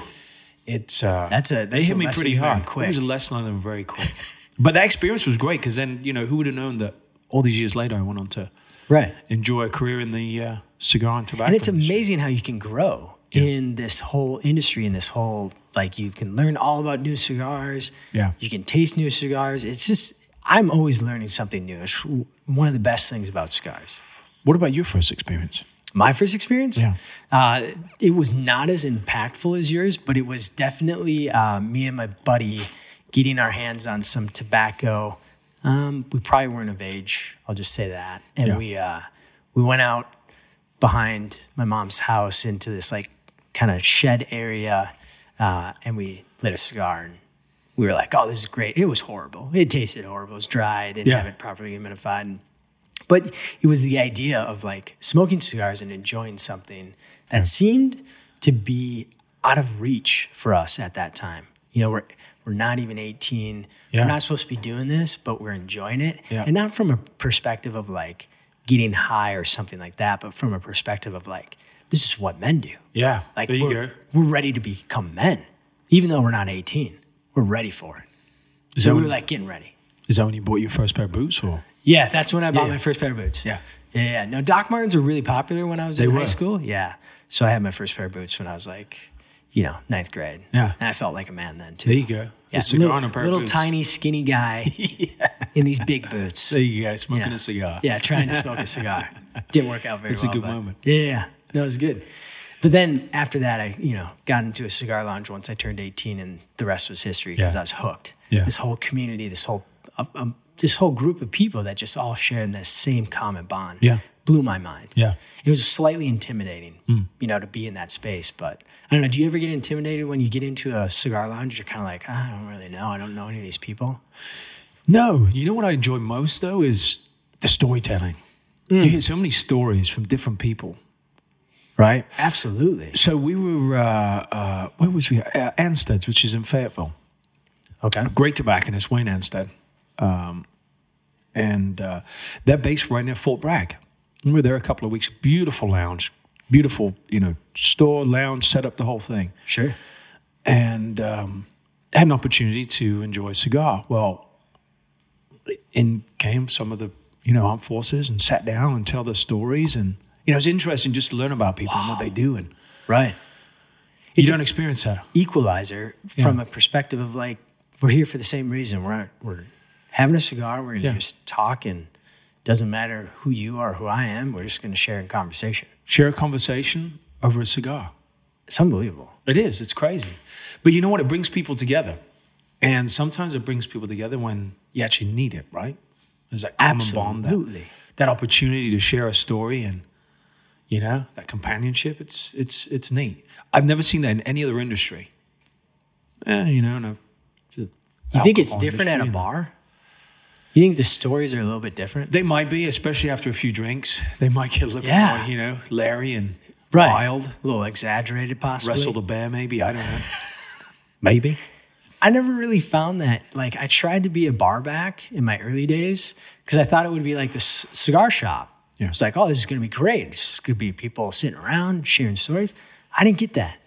it's uh, That's a- they that's hit a me lesson pretty learned hard. quick. It was a lesson I learned very quick. but that experience was great because then you know who would have known that all these years later I went on to right. enjoy a career in the uh, cigar and tobacco. And it's industry. amazing how you can grow in this whole industry, in this whole, like, you can learn all about new cigars. Yeah. You can taste new cigars. It's just, I'm always learning something new. It's one of the best things about cigars. What about your first experience? my first experience. Yeah. Uh, it was not as impactful as yours, but it was definitely uh, me and my buddy getting our hands on some tobacco. Um, we probably weren't of age. I'll just say that. And Yeah. we uh, we went out behind my mom's house into this like kind of shed area, uh, and we lit a cigar and. We were like, "Oh, this is great." It was horrible. It tasted horrible. It was dry. It didn't Yeah. have it properly humidified. And but it was the idea of like smoking cigars and enjoying something that seemed to be out of reach for us at that time. You know, we're we're not even 18. Yeah. We're not supposed to be doing this, but we're enjoying it. Yeah. And not from a perspective of like getting high or something like that, but from a perspective of like, this is what men do. Yeah, Like there you we're, go. we're ready to become men. Even though we're not 18. We're ready for it. Is So that, we were when, like getting ready. is that when you bought your first pair of boots, or Yeah, that's when I bought yeah. my first pair of boots. Yeah. Yeah, yeah. No, Doc Martens were really popular when I was in were. high school. Yeah. So I had my first pair of boots when I was like, you know, ninth grade. Yeah. And I felt like a man then too. there you go, Yeah. a cigar little and a pair little of boots. tiny skinny <laughs> guy in these big boots. There you go, smoking Yeah. a cigar. Yeah, trying to smoke a cigar. Didn't work out very It's a well. good but- moment. Yeah, yeah, yeah. no, it was good. But then after that, I you know got into a cigar lounge once I turned 18, and the rest was history because Yeah. I was hooked. Yeah. This whole community, this whole um, um, this whole group of people that just all shared this same common bond, Yeah. blew my mind. yeah. It was slightly intimidating, you know, to be in that space. But I don't know. Do you ever get intimidated when you get into a cigar lounge? You're kind of like, "Ah, I don't really know. I don't know any of these people. No, you know what I enjoy most though is the storytelling. Mm. You hear so many stories from different people, right? Absolutely. So we were uh, uh, where was we? Uh, Anstead's, which is in Fayetteville. Okay. Great tobacconist Wayne Anstead, um, and uh, they're based right near Fort Bragg. We were there a couple of weeks. Beautiful lounge, beautiful you know store lounge set up the whole thing. Sure. and um, had an opportunity to enjoy a cigar. Well, in came some of the you know armed forces and sat down and tell their stories, and you know it's interesting just to learn about people and what they do, and Right. you It's- don't experience that. equalizer from a perspective of like we're here for the same reason. We're we're having a cigar. We're Yeah. just talking. Doesn't matter who you are, who I am. We're just going to share in conversation. Share a conversation over a cigar. It's unbelievable. It is. It's crazy, but you know what? It brings people together, and sometimes it brings people together when you actually need it. Right? There's that common bond, that, Absolutely. that opportunity to share a story, and You know that companionship. It's it's it's neat. I've never seen that in any other industry. Eh, you know, no. You You think it's different at a bar? You think the stories are a little bit different? They might be, especially after a few drinks. They might get a little bit Yeah. more, you know, Larry and Wild, Wild, a little exaggerated, possibly. wrestle the bear, maybe. I don't know. <laughs> Maybe. I never really found that. Like, I tried to be a bar back in my early days because I thought it would be like the c- cigar shop. Yeah. It's like, oh, this is going to be great. It's going to be people sitting around sharing stories. I didn't get that.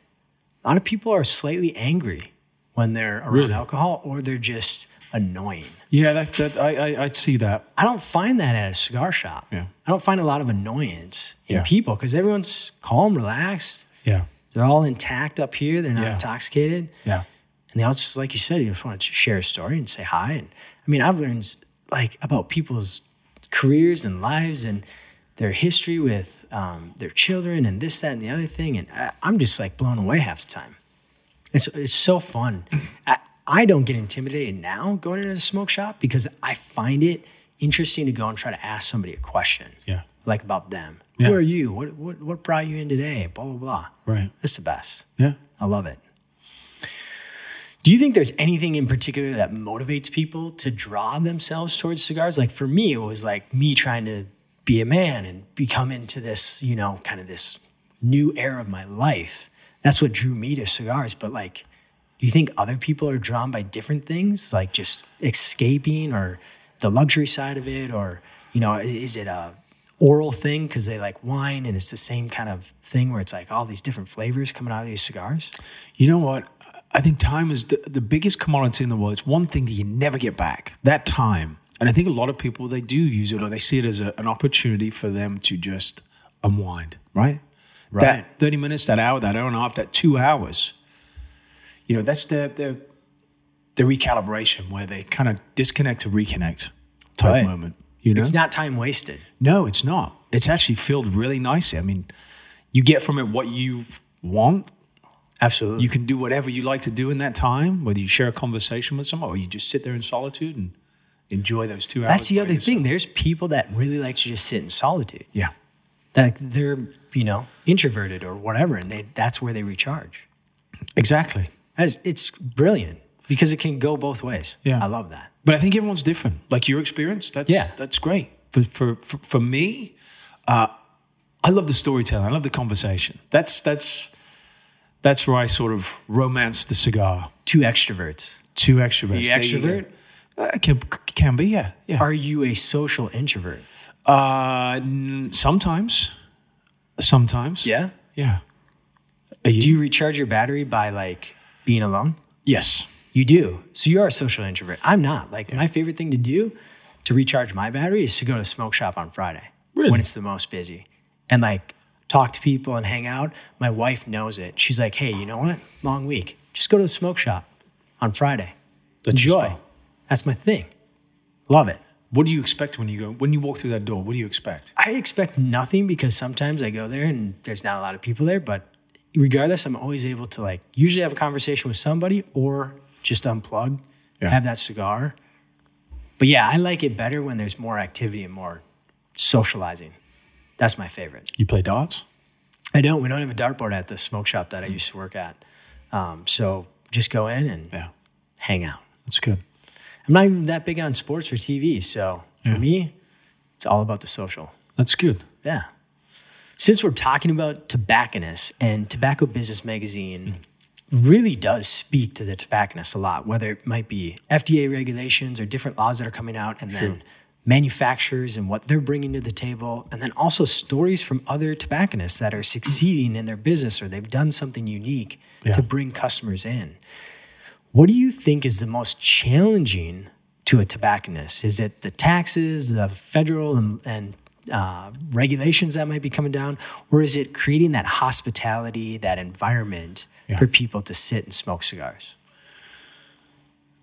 A lot of people are slightly angry when they're around Really? alcohol or they're just annoying. Yeah, that, that I, I I'd see that. I don't find that at a cigar shop. Yeah. I don't find a lot of annoyance in Yeah. people because everyone's calm, relaxed. Yeah, They're all intact up here. They're not Yeah. intoxicated. yeah, And they also, like you said, you just want to share a story and say hi. And I mean, I've learned like about people's careers and lives and their history with um, their children and this, that, and the other thing. And I, I'm just like blown away half the time. It's it's so fun. I, I don't get intimidated now going into a smoke shop because I find it interesting to go and try to ask somebody a question, yeah. like about them. Yeah. Who are you? What, what what brought you in today? Blah blah blah. Right. That's the best. Yeah. I love it. Do you think there's anything in particular that motivates people to draw themselves towards cigars? Like for me, it was like me trying to be a man and become into this, you know, kind of this new era of my life. That's what drew me to cigars. But like, do you think other people are drawn by different things, like just escaping or the luxury side of it? Or, you know, i- is it a oral thing because they like wine and it's the same kind of thing where it's like all these different flavors coming out of these cigars? You know what? I think time is the, the biggest commodity in the world. It's one thing that you never get back. That time. And I think a lot of people they do use it or they see it as a, an opportunity for them to just unwind, right? Right. That 30 minutes, that hour, that hour and a half, that 2 hours. You know, that's their their their recalibration where they kind of disconnect to reconnect type Right. moment, you know? It's not time wasted. No, it's not. It's actually filled really nicely. I mean, you get from it what you want. Absolutely. You can do whatever you like to do in that time, whether you share a conversation with someone or you just sit there in solitude and enjoy those two hours. That's the by other yourself. thing. There's people that really like to just sit in solitude. Yeah. That they're, you know, introverted or whatever, and they that's where they recharge. Exactly. As it's brilliant because it can go both ways. Yeah. I love that. But I think everyone's different. Like your experience, that's Yeah. that's great. For for for, for me, uh, I love the storytelling. I love the conversation. That's that's that's where I sort of romance the cigar. Two extroverts. Two extroverts. You There you go. extrovert? Uh, can can be yeah yeah. Are you a social introvert? Uh, n- sometimes, sometimes. Yeah. Yeah. Do you recharge your battery by like being alone? Yes. You do. So you are a social introvert. I'm not. Like my favorite thing to do to recharge my battery is to go to a smoke shop on Friday when Really? it's the most busy and like talk to people and hang out. My wife knows it. She's like, "Hey, you know what? Long week. Just go to the smoke shop on Friday. That's your Enjoy." spot. That's my thing. Love it. What do you expect when you go when you walk through that door? What do you expect? I expect nothing because sometimes I go there and there's not a lot of people there, but regardless, I'm always able to like usually have a conversation with somebody or just unplug, Yeah. have that cigar. But yeah, I like it better when there's more activity and more socializing. That's my favorite. You play darts? I don't. We don't have a dartboard at the smoke shop that I used to work at. Um, so just go in and Yeah. hang out. That's good. I'm not even that big on sports or TV. So for me, it's all about the social. That's good. Yeah. Since we're talking about tobacconists and Tobacco Business Magazine really does speak to the tobacconists a lot, whether it might be FDA regulations or different laws that are coming out, and then manufacturers and what they're bringing to the table, and then also stories from other tobacconists that are succeeding in their business or they've done something unique Yeah. to bring customers in. What do you think is the most challenging to a tobacconist? Is it the taxes, the federal and, and uh, regulations that might be coming down, or is it creating that hospitality, that environment Yeah. for people to sit and smoke cigars?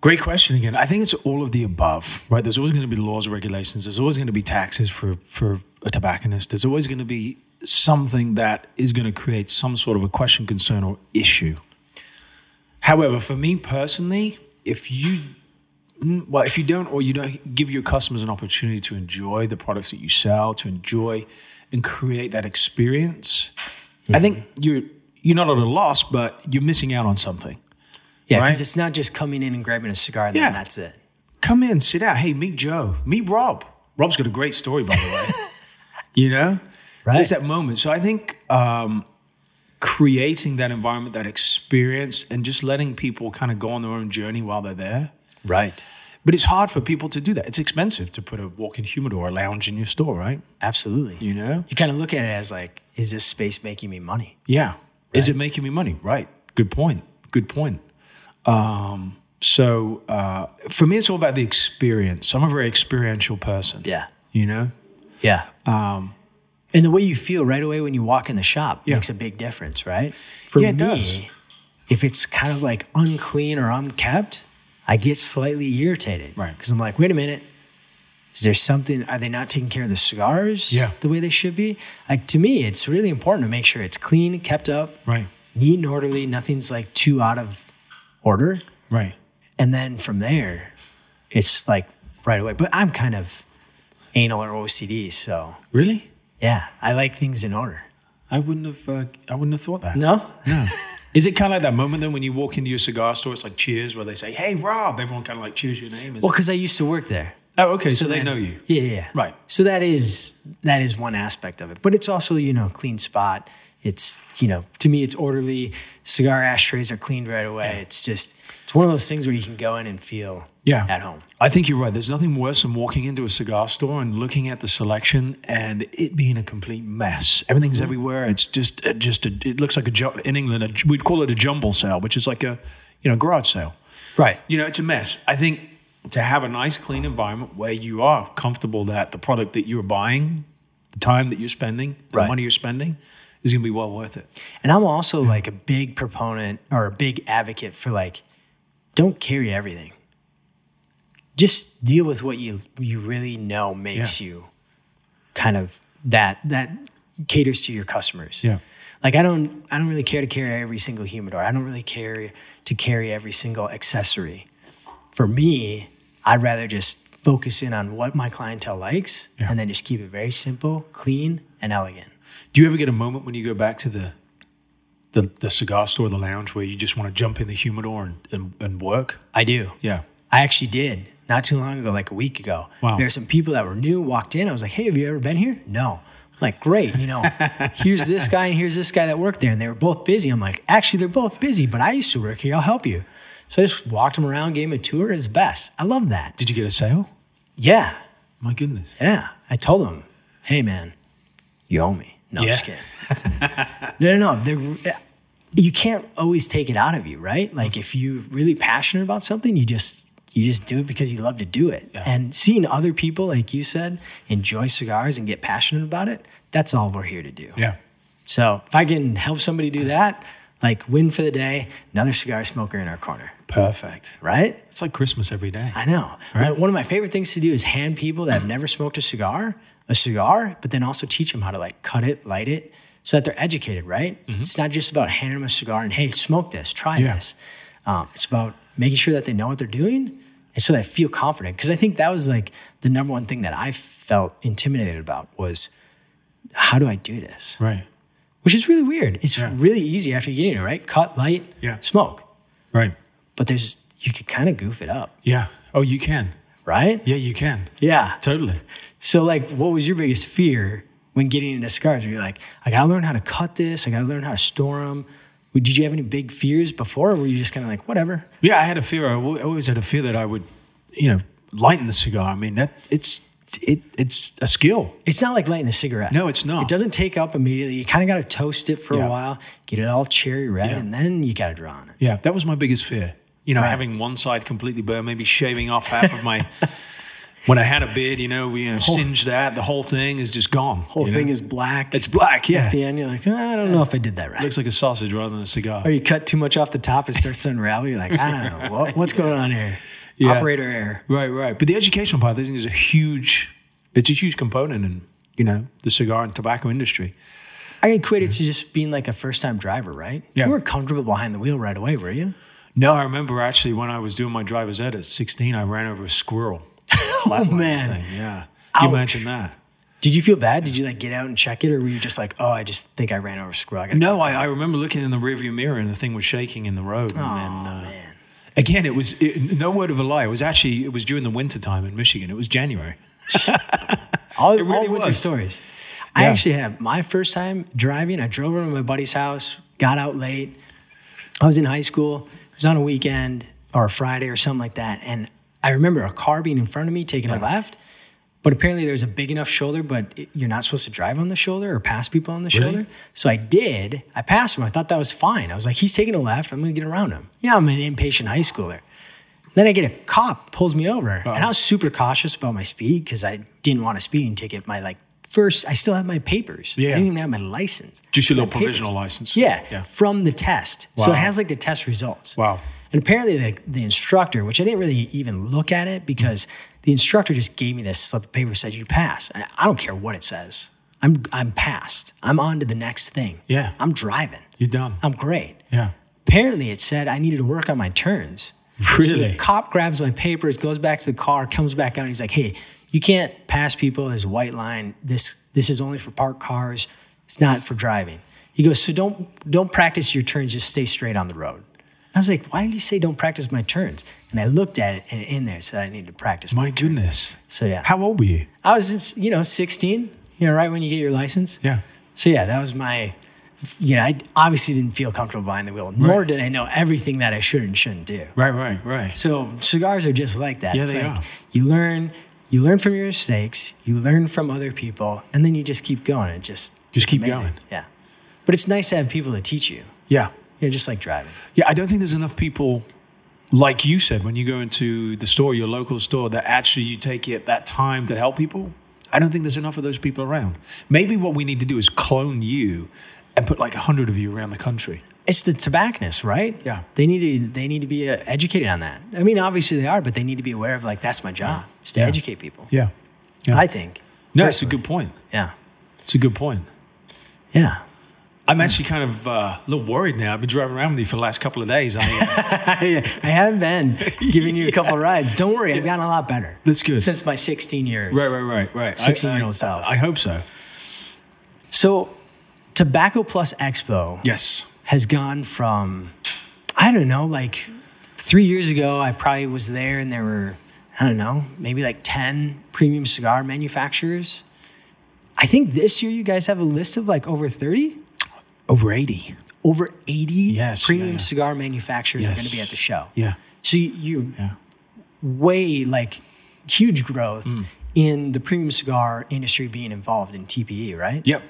Great question again. I think it's all of the above, right? There's always going to be laws, regulations. There's always going to be taxes for for a tobacconist. There's always going to be something that is going to create some sort of a question, concern, or issue. However, for me personally, if you mm, well, if you don't, or you don't give your customers an opportunity to enjoy the products that you sell, to enjoy and create that experience, I think you're you're not at a loss, but you're missing out on something. Yeah, because Right. it's not just coming in and grabbing a cigar and then Yeah. that's it. Come in, sit down. Hey, meet Joe. Meet Rob. Rob's got a great story, by <laughs> the way. you know, Right. There's that moment. So I think um, creating that environment, that experience, and just letting people kind of go on their own journey while they're there. Right. But it's hard for people to do that. It's expensive to put a walk-in humidor, a lounge in your store, right? Absolutely. You know? You kind of look at it as like, is this space making me money? Yeah. Is it making me money? Right. Good point. Good point. Um, so uh, for me, it's all about the experience. I'm a very experiential person. Yeah. You know? Yeah. Um, And the way you feel right away when you walk in the shop Yeah. makes a big difference, right? For Yeah, it me, does. if it's kind of like unclean or unkept, I get slightly irritated. Right. Because I'm like, wait a minute. Is there something? Are they not taking care of the cigars Yeah. the way they should be? Like to me, it's really important to make sure it's clean, kept up, right. neat and orderly. Nothing's like too out of order. Right. And then from there, it's like right away. But I'm kind of anal or OCD, so Really? yeah, I like things in order. I wouldn't have. Uh, I wouldn't have thought that. No? No. Is it kind of like that moment then when you walk into your cigar store? It's like cheers, where they say, "Hey, Rob." Everyone kind of like cheers your name. Is Well, because I used to work there. oh, okay. So, they that- know you. Yeah, yeah, yeah. Right. So that is that is one aspect of it. But it's also, you know, clean spot. It's, you know, to me it's orderly. Cigar ashtrays are cleaned right away. It's just it's one of those things where you can go in and feel Yeah. at home. I think you're right. There's nothing worse than walking into a cigar store and looking at the selection and it being a complete mess. Everything's everywhere. It's just it just a, it looks like a ju- in England a, we'd call it a jumble sale, which is like a you know garage sale. Right. You know, it's a mess. I think to have a nice clean environment where you are comfortable that the product that you're buying, the time that you're spending, the Right. money you're spending is going to be well worth it. And I'm also Hmm. like a big proponent or a big advocate for like, don't carry everything. Just deal with what you you really know makes Yeah. you kind of that that caters to your customers. Yeah. Like I don't I don't really care to carry every single humidor. I don't really care to carry every single accessory. For me, I'd rather just focus in on what my clientele likes Yeah. and then just keep it very simple, clean, and elegant. Do you ever get a moment when you go back to the the, the cigar store, the lounge, where you just want to jump in the humidor and, and, and work? I do. Yeah. I actually did not too long ago, like a week ago. Wow. There were some people that were new, walked in. I was like, hey, have you ever been here? No. I'm like, great. You know, here's this guy and here's this guy that worked there. And they were both busy. I'm like, actually, they're both busy, but I used to work here. I'll help you. So I just walked them around, gave them a tour. It's best. I love that. Did you get a sale? Yeah. My goodness. Yeah. I told them, hey, man, you owe me. No, I'm just Yeah. kidding. <laughs> no, no, no. They're, you can't always take it out of you, right? Like if you're really passionate about something, you just you just do it because you love to do it. Yeah. And seeing other people, like you said, enjoy cigars and get passionate about it, that's all we're here to do. Yeah. So if I can help somebody do that, like win for the day, another cigar smoker in our corner, Perfect. right? It's like Christmas every day. I know. My- One of my favorite things to do is hand people that have never smoked a cigar a cigar, but then also teach them how to like cut it, light it, so that they're educated. Right? It's not just about handing them a cigar and hey, smoke this, try Mm-hmm. Yeah. this. Um, it's about making sure that they know what they're doing, and so they feel confident. Because I think that was like the number one thing that I felt intimidated about was how do I do this? Right. Which is really weird. It's Yeah. really easy after you get into it, right? Cut, light, Yeah. smoke. Right. But there's you could kind of goof it up, Yeah. Oh, you can. right? Yeah, you can. yeah. Totally. So, like, what was your biggest fear when getting into cigars? Were you like, I gotta learn how to cut this, I gotta learn how to store them? Did you have any big fears before, or were you just kind of like, whatever? Yeah, I had a fear. I al- I always had a fear that I would, you know, lighten the cigar. I mean, that it's it it's a skill. It's not like lighting a cigarette. No, it's not. It doesn't take up immediately. You kind of gotta toast it for Yeah. a while, get it all cherry red, Yeah. and then you gotta draw on it. Yeah, that was my biggest fear. You know, having one side completely burned, maybe shaving off half <laughs> of my. when I had a beard, you know, we you know, singed that. The whole thing is just gone. Whole thing is black. <laughs> It's black. Yeah, at the end. You're like, I don't know if I did that right. looks like a sausage rather than a cigar. or you cut too much off the top, it starts to unravel. You're like, I don't know what, <laughs> what's going on here. Yeah. Operator error. Right, right. But the educational part, I think, is a huge. It's a huge component in you know the cigar and tobacco industry. I had equate it to just being like a first time driver, right? Yeah. You weren't comfortable behind the wheel right away, were you? No, I remember actually when I was doing my driver's ed at 16, I ran over a squirrel. Oh man. Thing, Yeah. Ouch. You imagine that? Did you feel bad? Did you like get out and check it, or were you just like, oh, I just think I ran over a squirrel? I gotta No, I, I remember looking in the rearview mirror and the thing was shaking in the road. and then, uh, man. Again, it was it, no word of a lie. It was actually it was during the winter time in Michigan. It was January. All, really all winter was. stories. I Yeah. actually had my first time driving. I drove over to my buddy's house, got out late. I was in high school. It was on a weekend or a Friday or something like that. And I remember a car being in front of me, taking a left. But apparently there's a big enough shoulder, but it- you're not supposed to drive on the shoulder or pass people on the Really? shoulder. So I did. I passed him. I thought that was fine. I was like, he's taking a left. I'm going to get around him. You know, I'm an impatient high schooler. Then I get a cop pulls me over, and I was super cautious about my speed because I didn't want a speeding ticket. My like first, I still had my papers. I Yeah. didn't even have my license. Just your My little provisional license. Yeah, Yeah. from the test. So it Wow. has like the test results. Wow. And apparently the, the instructor, which I didn't really even look at it because the instructor just gave me this slip of paper says you pass. I, I don't care what it says. I'm I'm passed. I'm on to the next thing. Yeah. I'm driving. You're done. I'm great. yeah. Apparently, it said I needed to work on my turns. So the Really? cop grabs my papers, goes back to the car, comes back out, and he's like, "Hey, you can't pass people. There's a white line. This this is only for parked cars. It's not for driving." He goes, "So don't don't practice your turns. Just stay straight on the road." And I was like, "Why did you say don't practice my turns?" And I looked at it, and in there it said I needed to practice. My goodness. So yeah, How old were you? I was you know 16, you know, right when you get your license. Yeah. So yeah, that was my. You know, I obviously didn't feel comfortable behind the wheel, nor Right. did I know everything that I should and shouldn't do. Right. Right. Right. So cigars are just like that. Yeah, it's they like are. You learn, you learn from your mistakes, you learn from other people, and then you just keep going. It just it's Just keep amazing. going. Yeah, but it's nice to have people to teach you. Yeah. You know, just like driving. Yeah, I don't think there's enough people, like you said, when you go into the store, your local store, that actually you take it that time to help people. I don't think there's enough of those people around. Maybe what we need to do is clone you and put like a hundred of you around the country. It's the tobacconists, right? Yeah. They need to they need to be uh, educated on that. I mean, obviously they are, but they need to be aware of like that's my job is to Yeah. educate people. Yeah. I think. No, it's a good point. Yeah. It's a good point. Yeah. I'm actually kind of uh, a little worried now. I've been driving around with you for the last couple of days. I, <laughs> uh, I have been giving you a couple rides. Don't worry, I've gotten a lot better. <laughs> That's good. Since my 16 years. right, right, right, right. I- 16-year-old I- self. I hope so. So, Tobacco Plus Expo Yes. has gone from, I don't know, like three years ago, I probably was there and there were, I don't know, maybe like 10 premium cigar manufacturers. I think this year you guys have a list of like over 30, Over 80. over 80 Yes, yeah, premium yeah. cigar manufacturers are going to be at the show. Yeah. So you, you Yeah. way like huge growth Mm. in the premium cigar industry being involved in TPE, right? Yep.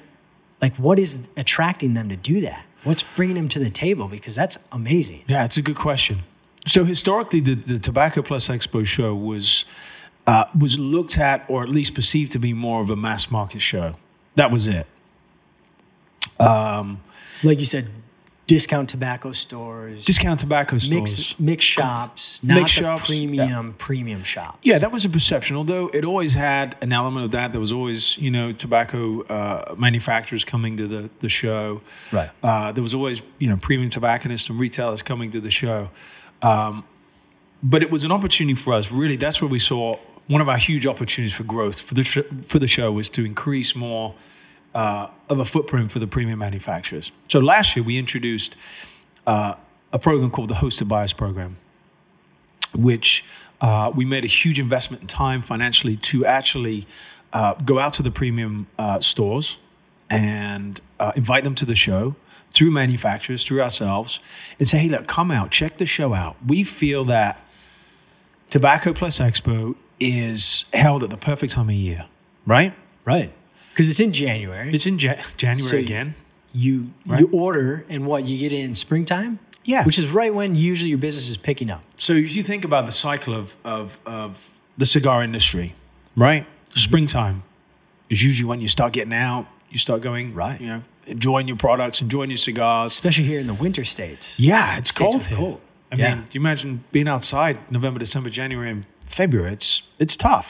like what is attracting them to do that what's bringing them to the table because that's amazing Yeah, it's a good question. So historically, the, the Tobacco Plus Expo show was uh, was looked at, or at least perceived to be, more of a mass market show. That was it. like you said discount tobacco stores Discount tobacco stores. mix mix shops not Mix the shops, premium premium shops Yeah, that was a perception. Although it always had an element of that. There was always, you know, tobacco uh, manufacturers coming to the the show. Right. Uh, there was always, you know, premium tobacconists and retailers coming to the show. Um, but it was an opportunity for us. Really, that's where we saw one of our huge opportunities for growth for the tr- for the show was to increase more uh, of a footprint for the premium manufacturers. So last year we introduced uh, a program called the Hosted Buyers Program which uh, we made a huge investment in time financially to actually uh, go out to the premium uh, stores and uh, invite them to the show through manufacturers, through ourselves, and say, hey, look, come out, check the show out. We feel that Tobacco Plus Expo is held at the perfect time of year, right? right because it's in january It's in Ja- January So you- again. you you order and what you get it in springtime Yeah. which is right when usually your business is picking up So if you think about the cycle of of, of the cigar industry, right? Springtime is usually when you start getting out, you start going, Right. You know, enjoying your products, enjoying your cigars. especially here in the winter states Yeah, it's States cold. are here. cold. I Yeah. mean, do you imagine being outside November, December, January, and February? It's it's tough,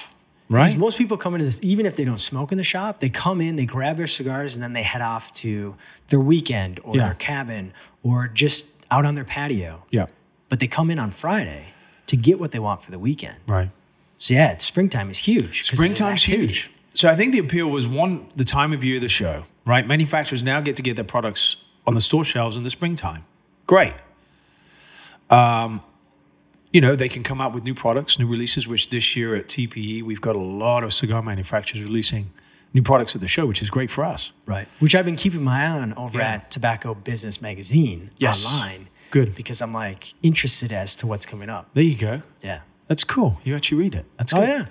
right? Because most people come into this, even if they don't smoke in the shop, they come in, they grab their cigars, and then they head off to their weekend or Yeah. their cabin or just out on their patio. yeah, But they come in on Friday to get what they want for the weekend. right. So yeah, it's, springtime is huge. 'cause it's an Springtime's activity. huge. So I think the appeal was one, the time of year of the show, right? Manufacturers now get to get their products on the store shelves in the springtime. Great. Um, you know, they can come out with new products, new releases, which this year at TPE, we've got a lot of cigar manufacturers releasing new products at the show, which is great for us. Right. Which I've been keeping my eye on over Yeah. at Tobacco Business Magazine Yes. online. Good. Because I'm like interested as to what's coming up. There you go. Yeah. That's cool. You actually read it. That's good. Oh,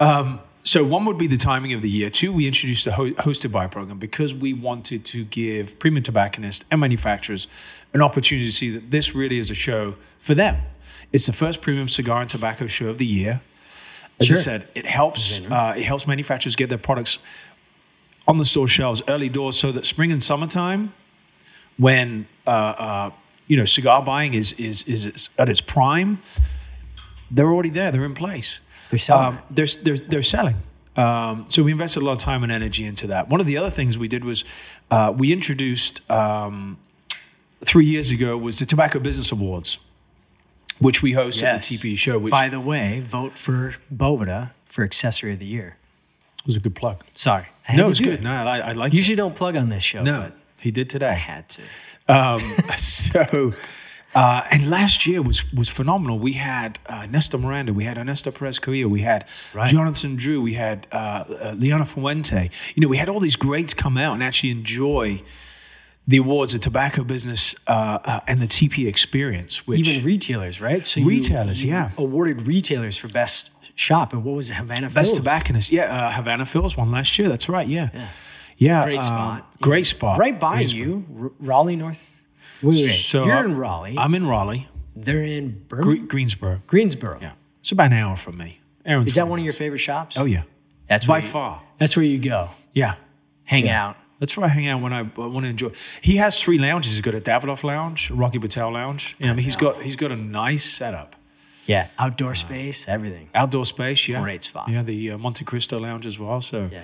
yeah. So one would be the timing of the year. Two, we introduced the ho- hosted buy program because we wanted to give premium tobacconists and manufacturers an opportunity to see that this really is a show for them. It's the first premium cigar and tobacco show of the year. As Sure. I said, it helps uh, it helps manufacturers get their products on the store shelves early doors, so that spring and summertime, when uh, uh, you know cigar buying is is is at its prime, they're already there. They're in place. They're selling Um, they're, they're, they're selling. Um, so we invested a lot of time and energy into that. One of the other things we did was uh, we introduced um, three years ago was the Tobacco Business Awards, which we host at the TP show, which By the way, vote for Bovada for Accessory of the Year. was a good plug. Sorry. I had No, to it's do good. it. No, I, I like Usually don't plug on this show. No, But he I did today. had to. Um, <laughs> so, uh, and last year was was phenomenal. We had uh, Nesta Miranda, we had Ernesto Perez Carrillo, we had Right. Jonathan Drew, we had uh, uh, Liana Fuente. You know, we had all these greats come out and actually enjoy the awards, the tobacco business, uh, uh, and the TP experience. Which Even retailers, right? So you- Retailers, you yeah. Awarded retailers for best shop, and what was it, Havana? best Phil's? tobacconist, yeah, uh, Havana Phil's won last year. That's right, yeah, yeah, yeah Great spot. um, great spot, Right by Great spot. you, R- Raleigh, North. Wait, wait, wait. So you're I'm- in Raleigh. I'm in Raleigh, They're in Bur- Gre- Greensboro. Greensboro. Yeah, it's about an hour from me. Aaron's Is that one of your favorite shops? Oh yeah, that's by where you- far. That's where you go, Yeah, hang out. that's where I hang out when I want to enjoy. He has three lounges. He's got a Davidoff Lounge, a Rocky Patel Lounge. Yeah, I mean, he's got he's got a nice setup, Yeah, Uh, outdoor space, everything. outdoor space. Yeah, Great spot. Yeah, the uh, Monte Cristo Lounge as well. So, Yeah.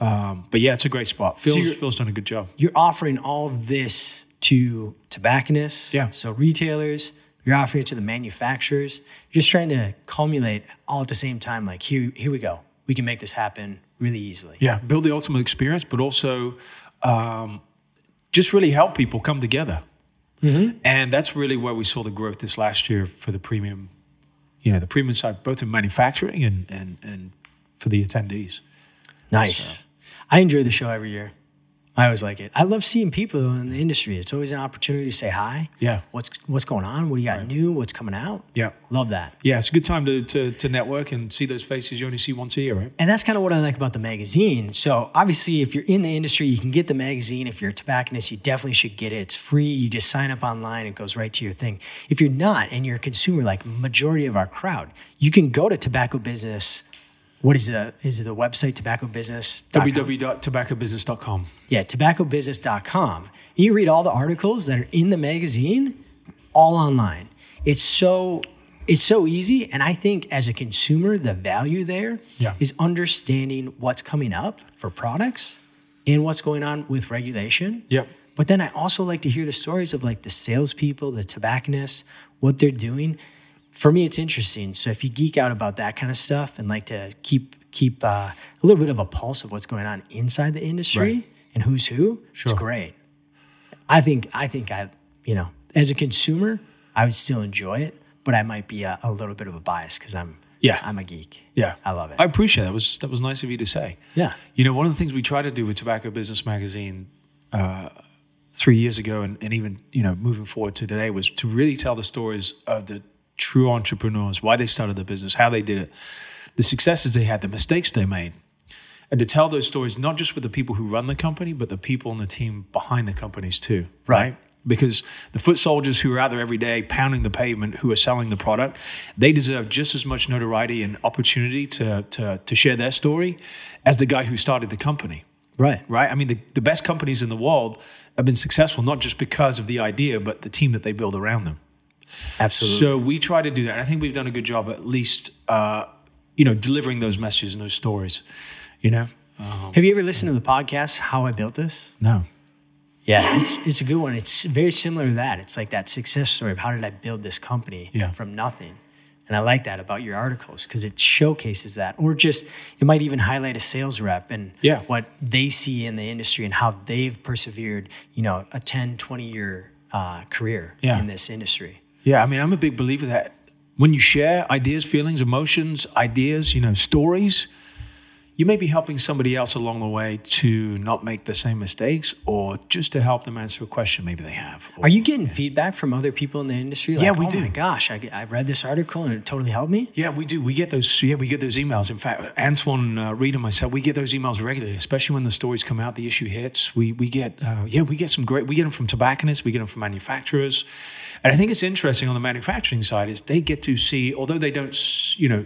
um, but yeah, it's a great spot. Phil's, you're- Phil's done a good job. You're offering all this to tobacconists, Yeah. so retailers. You're offering it to the manufacturers. You're just trying to culminate all at the same time. Like here, here we go. We can make this happen really easily. Yeah, build the ultimate experience, but also um, just really help people come together. And that's really where we saw the growth this last year for the premium, you know, the premium side, both in manufacturing and and and for the attendees. Nice. I enjoy the show every year. I always like it. I love seeing people though in the industry. It's always an opportunity to say hi. Yeah. What's what's going on? What do you got new? What's coming out? Yeah. Love that. Yeah, it's a good time to, to, to network and see those faces you only see once a year, right? And that's kind of what I like about the magazine. So obviously, if you're in the industry, you can get the magazine. If you're a tobacconist, you definitely should get it. It's free. You just sign up online. It goes right to your thing. If you're not and you're a consumer, like majority of our crowd, you can go to tobacco business. What is the is the website tobacco business? www.tobaccobusiness.com. Yeah, tobaccobusiness.com. You read all the articles that are in the magazine all online. It's so it's so easy and I think as a consumer the value there is Yeah. understanding what's coming up for products and what's going on with regulation. Yep. But then I also like to hear the stories of like the salespeople, the tobacconists, what they're doing. For me, it's interesting. So if you geek out about that kind of stuff and like to keep keep uh, a little bit of a pulse of what's going on inside the industry Right. and who's who, Sure. it's great. I think I think I you know as a consumer, I would still enjoy it, but I might be a, a little bit of a bias because I'm Yeah. I'm a geek. Yeah. I love it. I appreciate that. That was that was nice of you to say. Yeah. You know, one of the things we tried to do with Tobacco Business Magazine uh, three years ago and, and even, you know, moving forward to today was to really tell the stories of the true entrepreneurs, why they started the business, how they did it, the successes they had, the mistakes they made. And to tell those stories not just with the people who run the company, but the people on the team behind the companies too. Right. Because the foot soldiers who are out there every day pounding the pavement, who are selling the product, they deserve just as much notoriety and opportunity to, to, to share their story as the guy who started the company, right. right? I mean, the, the best companies in the world have been successful not just because of the idea, but the team that they build around them. Absolutely. So we try to do that. And I think we've done a good job at least, uh, you know, delivering those messages and those stories, you know? Um, Have you ever listened to the podcast How I Built This? no. Yeah, it's it's a good one. It's very similar to that. It's like that success story of how did I build this company Yeah. from nothing. And And I like that about your articles because it showcases that, or just it might even highlight a sales rep and Yeah. what they see in the industry and how they've persevered, you know, a 10, 20 year uh, career Yeah. in this industry. Yeah, I mean, I'm a big believer that when you share ideas, feelings, emotions, ideas, you know, stories, you may be helping somebody else along the way to not make the same mistakes or just to help them answer a question maybe they have. Or- Are you getting feedback from other people in the industry? Like, Yeah, we oh my do. gosh, I, I read this article and it totally helped me. yeah, we do. We get those. Yeah, we get those emails. In fact, Antoine, uh, Reed, and myself, we get those emails regularly, especially when the stories come out, the issue hits. We we get uh, yeah, we get some great. We get them from tobacconists. We get them from manufacturers, and I think it's interesting on the manufacturing side is they get to see, although they don't, s- you know,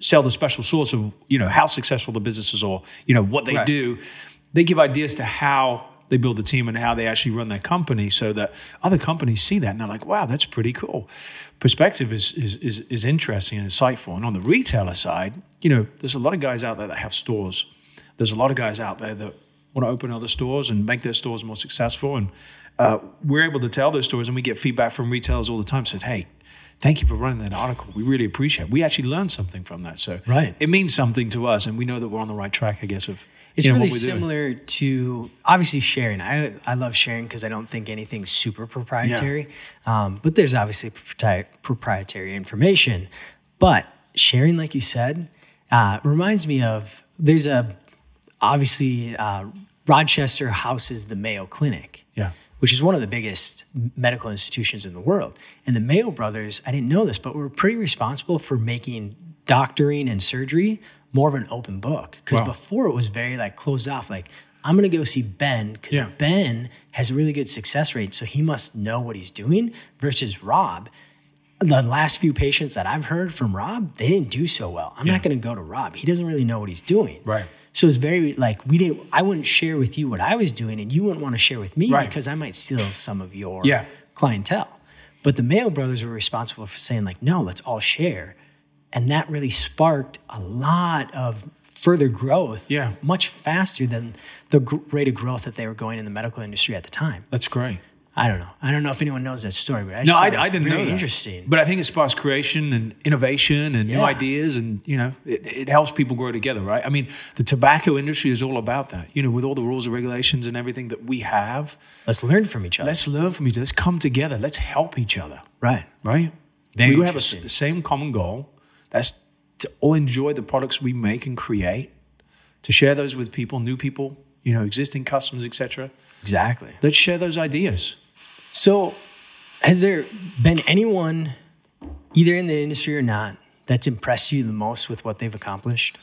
sell the special source of you know how successful the businesses or you know what they Right. do. They give ideas to how they build the team and how they actually run their company, so that other companies see that and they're like, "Wow, that's pretty cool." Perspective is is is, is interesting and insightful. And on the retailer side, you know, there's a lot of guys out there that have stores. There's a lot of guys out there that want to open other stores and make their stores more successful. And uh, we're able to tell those stories, and we get feedback from retailers all the time. Said, "Hey, thank you for running that article. We really appreciate it. We actually learned something from that. So Right. it means something to us, and we know that we're on the right track, I guess, of It's you know, really what we're doing. similar to obviously sharing. I, I love sharing because I don't think anything's super proprietary, um, but there's obviously propri- proprietary information. But sharing, like you said, uh, reminds me of there's a obviously uh, Rochester houses the Mayo Clinic Yeah. which is one of the biggest medical institutions in the world. And the Mayo brothers, I didn't know this, but were pretty responsible for making doctoring and surgery more of an open book. Because Wow. before it was very like closed off, like, I'm gonna go see Ben because Yeah. Ben has a really good success rate, so he must know what he's doing versus Rob. The last few patients that I've heard from Rob, they didn't do so well. I'm not gonna go to Rob. He doesn't really know what he's doing. Right. So it's very like we didn't. I wouldn't share with you what I was doing, and you wouldn't want to share with me Right. because I might steal some of your Yeah. clientele. But the Mayo brothers were responsible for saying like, no, let's all share, and that really sparked a lot of further growth. Yeah. much faster than the gr- rate of growth that they were going in the medical industry at the time. That's great. I don't know. I don't know if anyone knows that story, but I just No, I, thought it was I didn't very know. That. Interesting. But I think it sparks creation and innovation and new Yeah. ideas, and you know, it, it helps people grow together, right? I mean, the tobacco industry is all about that. You know, with all the rules and regulations and everything that we have, let's learn from each other. let's learn from each other. Let's come together. Let's help each other. Right. right? Very we have the interesting. s- same common goal. That's to all enjoy the products we make and create, to share those with people, new people, you know, existing customers, etc. Exactly. Let's share those ideas. So, has there been anyone, either in the industry or not, that's impressed you the most with what they've accomplished?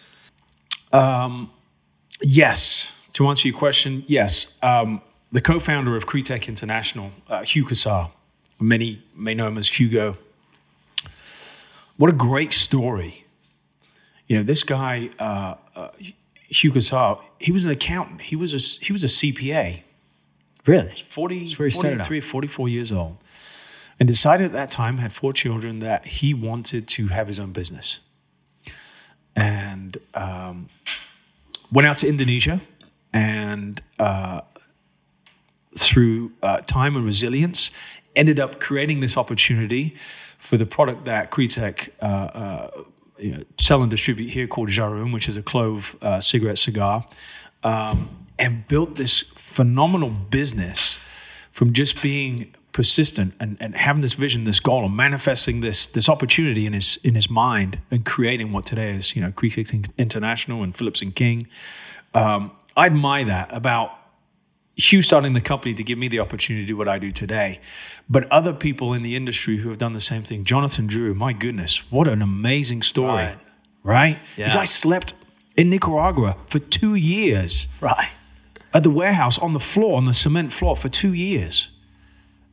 Yes. To answer your question, yes. Um, the co-founder of Cretech International, uh, Hugh Kassar, many may know him as Hugo. What a great story. You know, this guy, uh, uh, Hugh Kassar, he was an accountant. He was a, s- he was a CPA. Really? 40, where he started 43 44 years old and decided at that time had four children that he wanted to have his own business and um, went out to indonesia and uh, through uh, time and resilience ended up creating this opportunity for the product that Cretech uh, uh, you know, sell and distribute here called Jarum, which is a clove uh, cigarette cigar, um, and built this phenomenal business from just being persistent and, and having this vision, this goal, and manifesting this this opportunity in his in his mind and creating what today is you know Cretech International and Phillips and King. Um, I admire that about Hugh starting the company to give me the opportunity to do what I do today. But other people in the industry who have done the same thing, Jonathan Drew, my goodness, what an amazing story, Right. right? Yeah. The guy slept in Nicaragua for two years Right. at the warehouse on the floor, on the cement floor for two years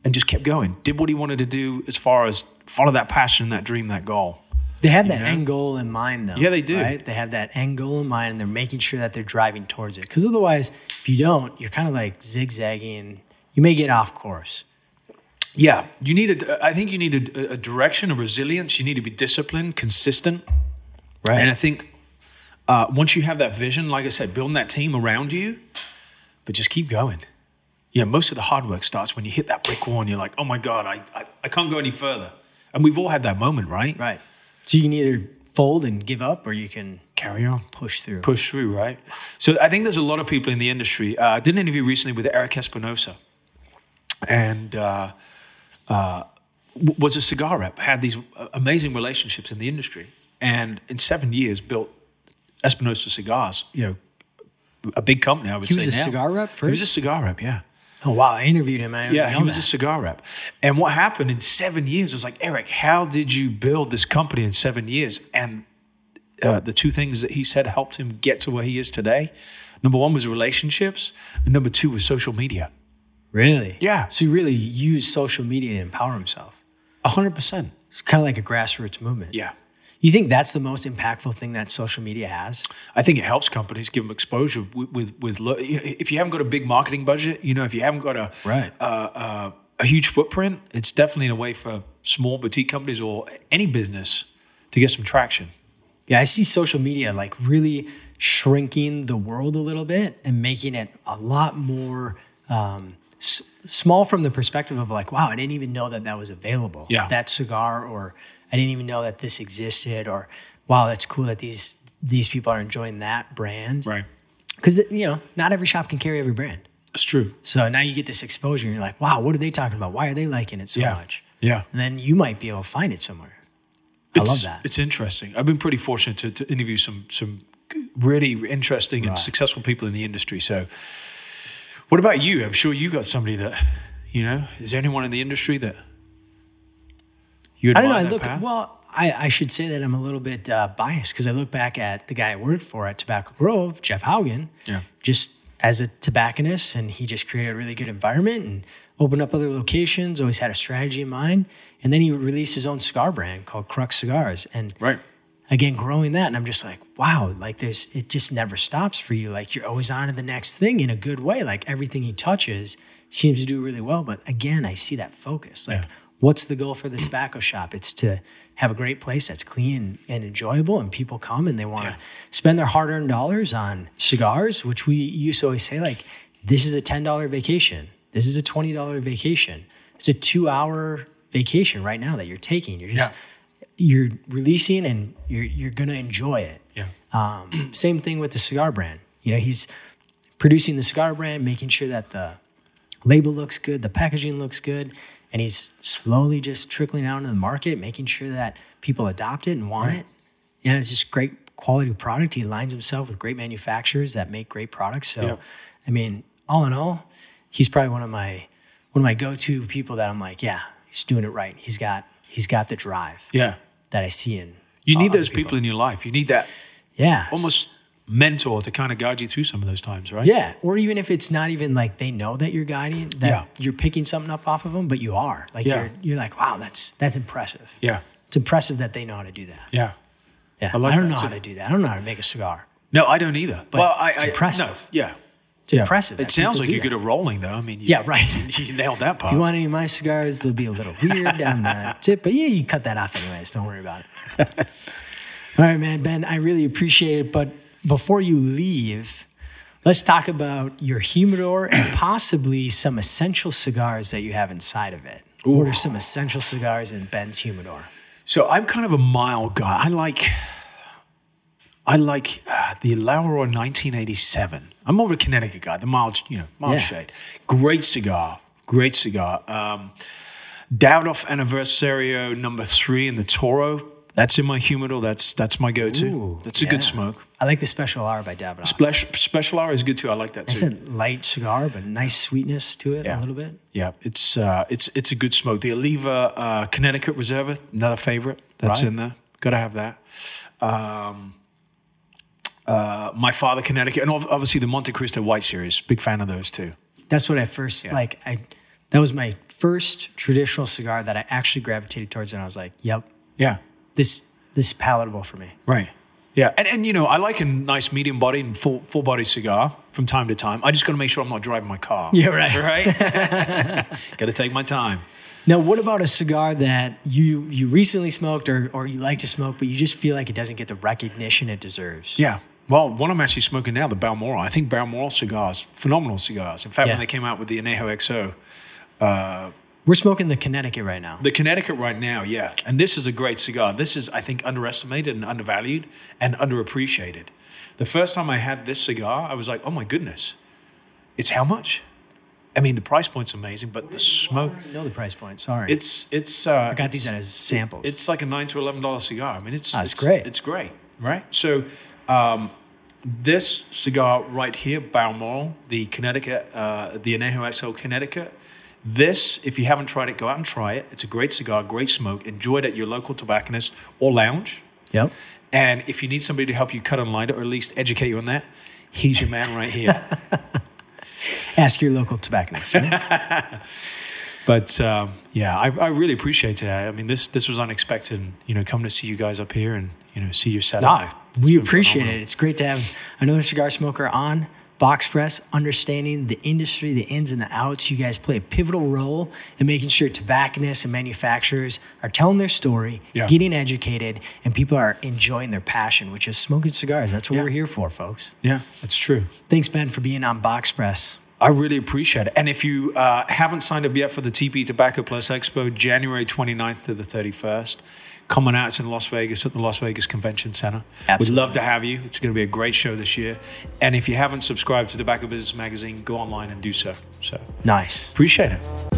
and just kept going, did what he wanted to do as far as follow that passion, that dream, that goal. They have that know? end goal in mind, though. Yeah, they do. Right? They have that end goal in mind, and they're making sure that they're driving towards it. Because otherwise, if you don't, you're kind of like zigzagging. You may get off course. Yeah, you need a, I think you need a, a direction, a resilience. You need to be disciplined, consistent. Right. And I think uh, once you have that vision, like I said, building that team around you, but just keep going. Yeah, most of the hard work starts when you hit that brick wall and you're like, oh my God, I, I, I can't go any further. And we've all had that moment, right? right. So you can either fold and give up, or you can Carry on. push through. Push through, right? So I think there's a lot of people in the industry. Uh, I did an interview recently with Eric Espinosa, and uh, uh, w- was a cigar rep. Had these uh, amazing relationships in the industry, and in seven years built Espinosa Cigars. You know, a big company. I would He say was a now. cigar rep He was first? a cigar rep. Yeah. Oh wow! I interviewed him. I Yeah, he was a cigar rep. And what happened in seven years was like, Eric, how did you build this company in seven years? And uh, the two things that he said helped him get to where he is today number one was relationships, and number two was social media. really Yeah. So he really used social media to empower himself. 100%. It's kind of like a grassroots movement. Yeah. You think that's the most impactful thing that social media has? I think it helps companies give them exposure with with, with lo- you know, if you haven't got a big marketing budget, you know, if you haven't got a Right. uh, uh, a huge footprint, it's definitely a way for small boutique companies or any business to get some traction. Yeah, I see social media like really shrinking the world a little bit and making it a lot more um, s- small from the perspective of like, wow, I didn't even know that that was available. Yeah. that cigar, or I didn't even know that this existed, or wow, that's cool that these these people are enjoying that brand. Because you know, not every shop can carry every brand. That's true. So now you get this exposure, and you're like, wow, what are they talking about? Why are they liking it so Yeah. much? Yeah. And then you might be able to find it somewhere. I love It's- that. It's interesting. I've been pretty fortunate to, to interview some some really interesting and successful people in the industry. So, what about you? I'm sure you got somebody that you know. Is there anyone in the industry that you I admire? don't know. I that look path? well. I, I should say that I'm a little bit uh, biased because I look back at the guy I worked for at Tobacco Grove, Jeff Haugen, Yeah. just as a tobacconist, and he just created a really good environment and opened up other locations. Always had a strategy in mind, and then he released his own cigar brand called Crux Cigars, and Right. again growing that and i'm just like wow like there's it just never stops for you like you're always on to the next thing in a good way like everything he touches seems to do really well but again i see that focus like Yeah. what's the goal for the tobacco shop it's to have a great place that's clean and, and enjoyable and people come and they want to Yeah. spend their hard-earned dollars on cigars which we used to always say like this is a $10 vacation this is a $20 vacation it's a two-hour vacation right now that you're taking you're just Yeah. you're releasing and you're you're gonna enjoy it. <clears throat> Yeah. Um, same thing with the cigar brand. You know, he's producing the cigar brand, making sure that the label looks good, the packaging looks good, and he's slowly just trickling out into the market, making sure that people adopt it and want it. And it's just great quality product. He lines himself with great manufacturers that make great products. So, Yeah. I mean, all in all, he's probably one of my one of my go-to people that I'm like, yeah, he's doing it right. He's got he's got the drive Yeah. that I see in. You need other those people in your life. You need that Yeah. almost mentor to kind of guide you through some of those times, right? Yeah. Or even if it's not even like they know that you're guiding, that Yeah. you're picking something up off of them, but you are. Like Yeah. you're, you're like, wow, that's that's impressive. Yeah. It's impressive that they know how to do that. Yeah. Yeah. I, I like don't that know how too. to do that. I don't know how to make a cigar. No, I don't either. But well, I, it's I, impressive. No, yeah. It's impressive. It that sounds people like do you're that. good at rolling, though. I mean, you, Yeah, right. <laughs> You nailed that part. If you want any of my cigars, they'll be a little weird on <laughs> the tip, but yeah, you cut that off anyways. Don't worry about it. All right, man, Ben, I really appreciate it. But before you leave, let's talk about your humidor <clears throat> and possibly some essential cigars that you have inside of it. What are some essential cigars in Ben's humidor? So I'm kind of a mild guy. I like, I like uh, the Lauro 1987. I'm more of a Connecticut guy. The mild, you know, mild Yeah. shade. Great cigar. Great cigar. Um, Davidoff Anniversario number three in the Toro. That's in my humidor. That's that's my go-to. Ooh, that's a good yeah. smoke. I like the Special R by Davidoff. Splash, Special R is good too. I like that too. it's a light cigar, but nice sweetness to it Yeah. a little bit. Yeah, it's uh, it's it's a good smoke. The Oliva uh, Connecticut Reserva, another favorite that's Right. in there. Got to have that. Um, uh, my father Connecticut, and ob- obviously the Monte Cristo White Series. Big fan of those too. That's what I first like. I that was my first traditional cigar that I actually gravitated towards, and I was like, "Yep, Yeah, this this is palatable for me." right. Yeah, and, and you know I like a nice medium body and full full body cigar from time to time. I just got to make sure I'm not driving my car. Yeah, right. <laughs> right. <laughs> got to take my time. Now, what about a cigar that you you recently smoked or or you like to smoke, but you just feel like it doesn't get the recognition it deserves? Yeah. Well, one I'm actually smoking now, the Balmoral. I think Balmoral cigars, phenomenal cigars. In fact, Yeah. when they came out with the Anejo XO, uh, We're smoking the Connecticut right now. The Connecticut right now, yeah. And this is a great cigar. This is, I think, underestimated and undervalued and underappreciated. The first time I had this cigar, I was like, oh my goodness, it's how much? I mean, the price point's amazing, but the smoke, I know the price point. Sorry. it's, it's, uh, I got these as samples. it's like a nine to eleven dollar cigar. I mean, it's That's it's Ah, great. It's great, right? So, um, this cigar right here, Balmoral, the Connecticut, uh, the Anejo XL Connecticut. This, if you haven't tried it, go out and try it. It's a great cigar, great smoke. Enjoyed at your local tobacconist or lounge. yep. And if you need somebody to help you cut and light it, or at least educate you on that, he's your man <laughs> right here. Ask your local tobacconist. Right? But um, yeah, I, I really appreciate that. I mean, this this was unexpected. and, You know, coming to see you guys up here and you know see your setup. Ah, It's we been appreciate phenomenal. it. It's great to have another cigar smoker on Box Press, understanding the industry, the ins and the outs. You guys play a pivotal role in making sure tobacconists and manufacturers are telling their story, Yeah. getting educated, and people are enjoying their passion, which is smoking cigars. That's what Yeah. we're here for, folks. Yeah, that's true. Thanks, Ben, for being on Box Press. I really appreciate it. And if you uh, haven't signed up yet for the TP Tobacco Plus Expo, January 29th to the 31st, coming out. It's in Las Vegas at the Las Vegas Convention Center. Absolutely. We'd love to have you. It's going to be a great show this year. And if you haven't subscribed to Tobacco Business Magazine, go online and do so. So Nice. appreciate it.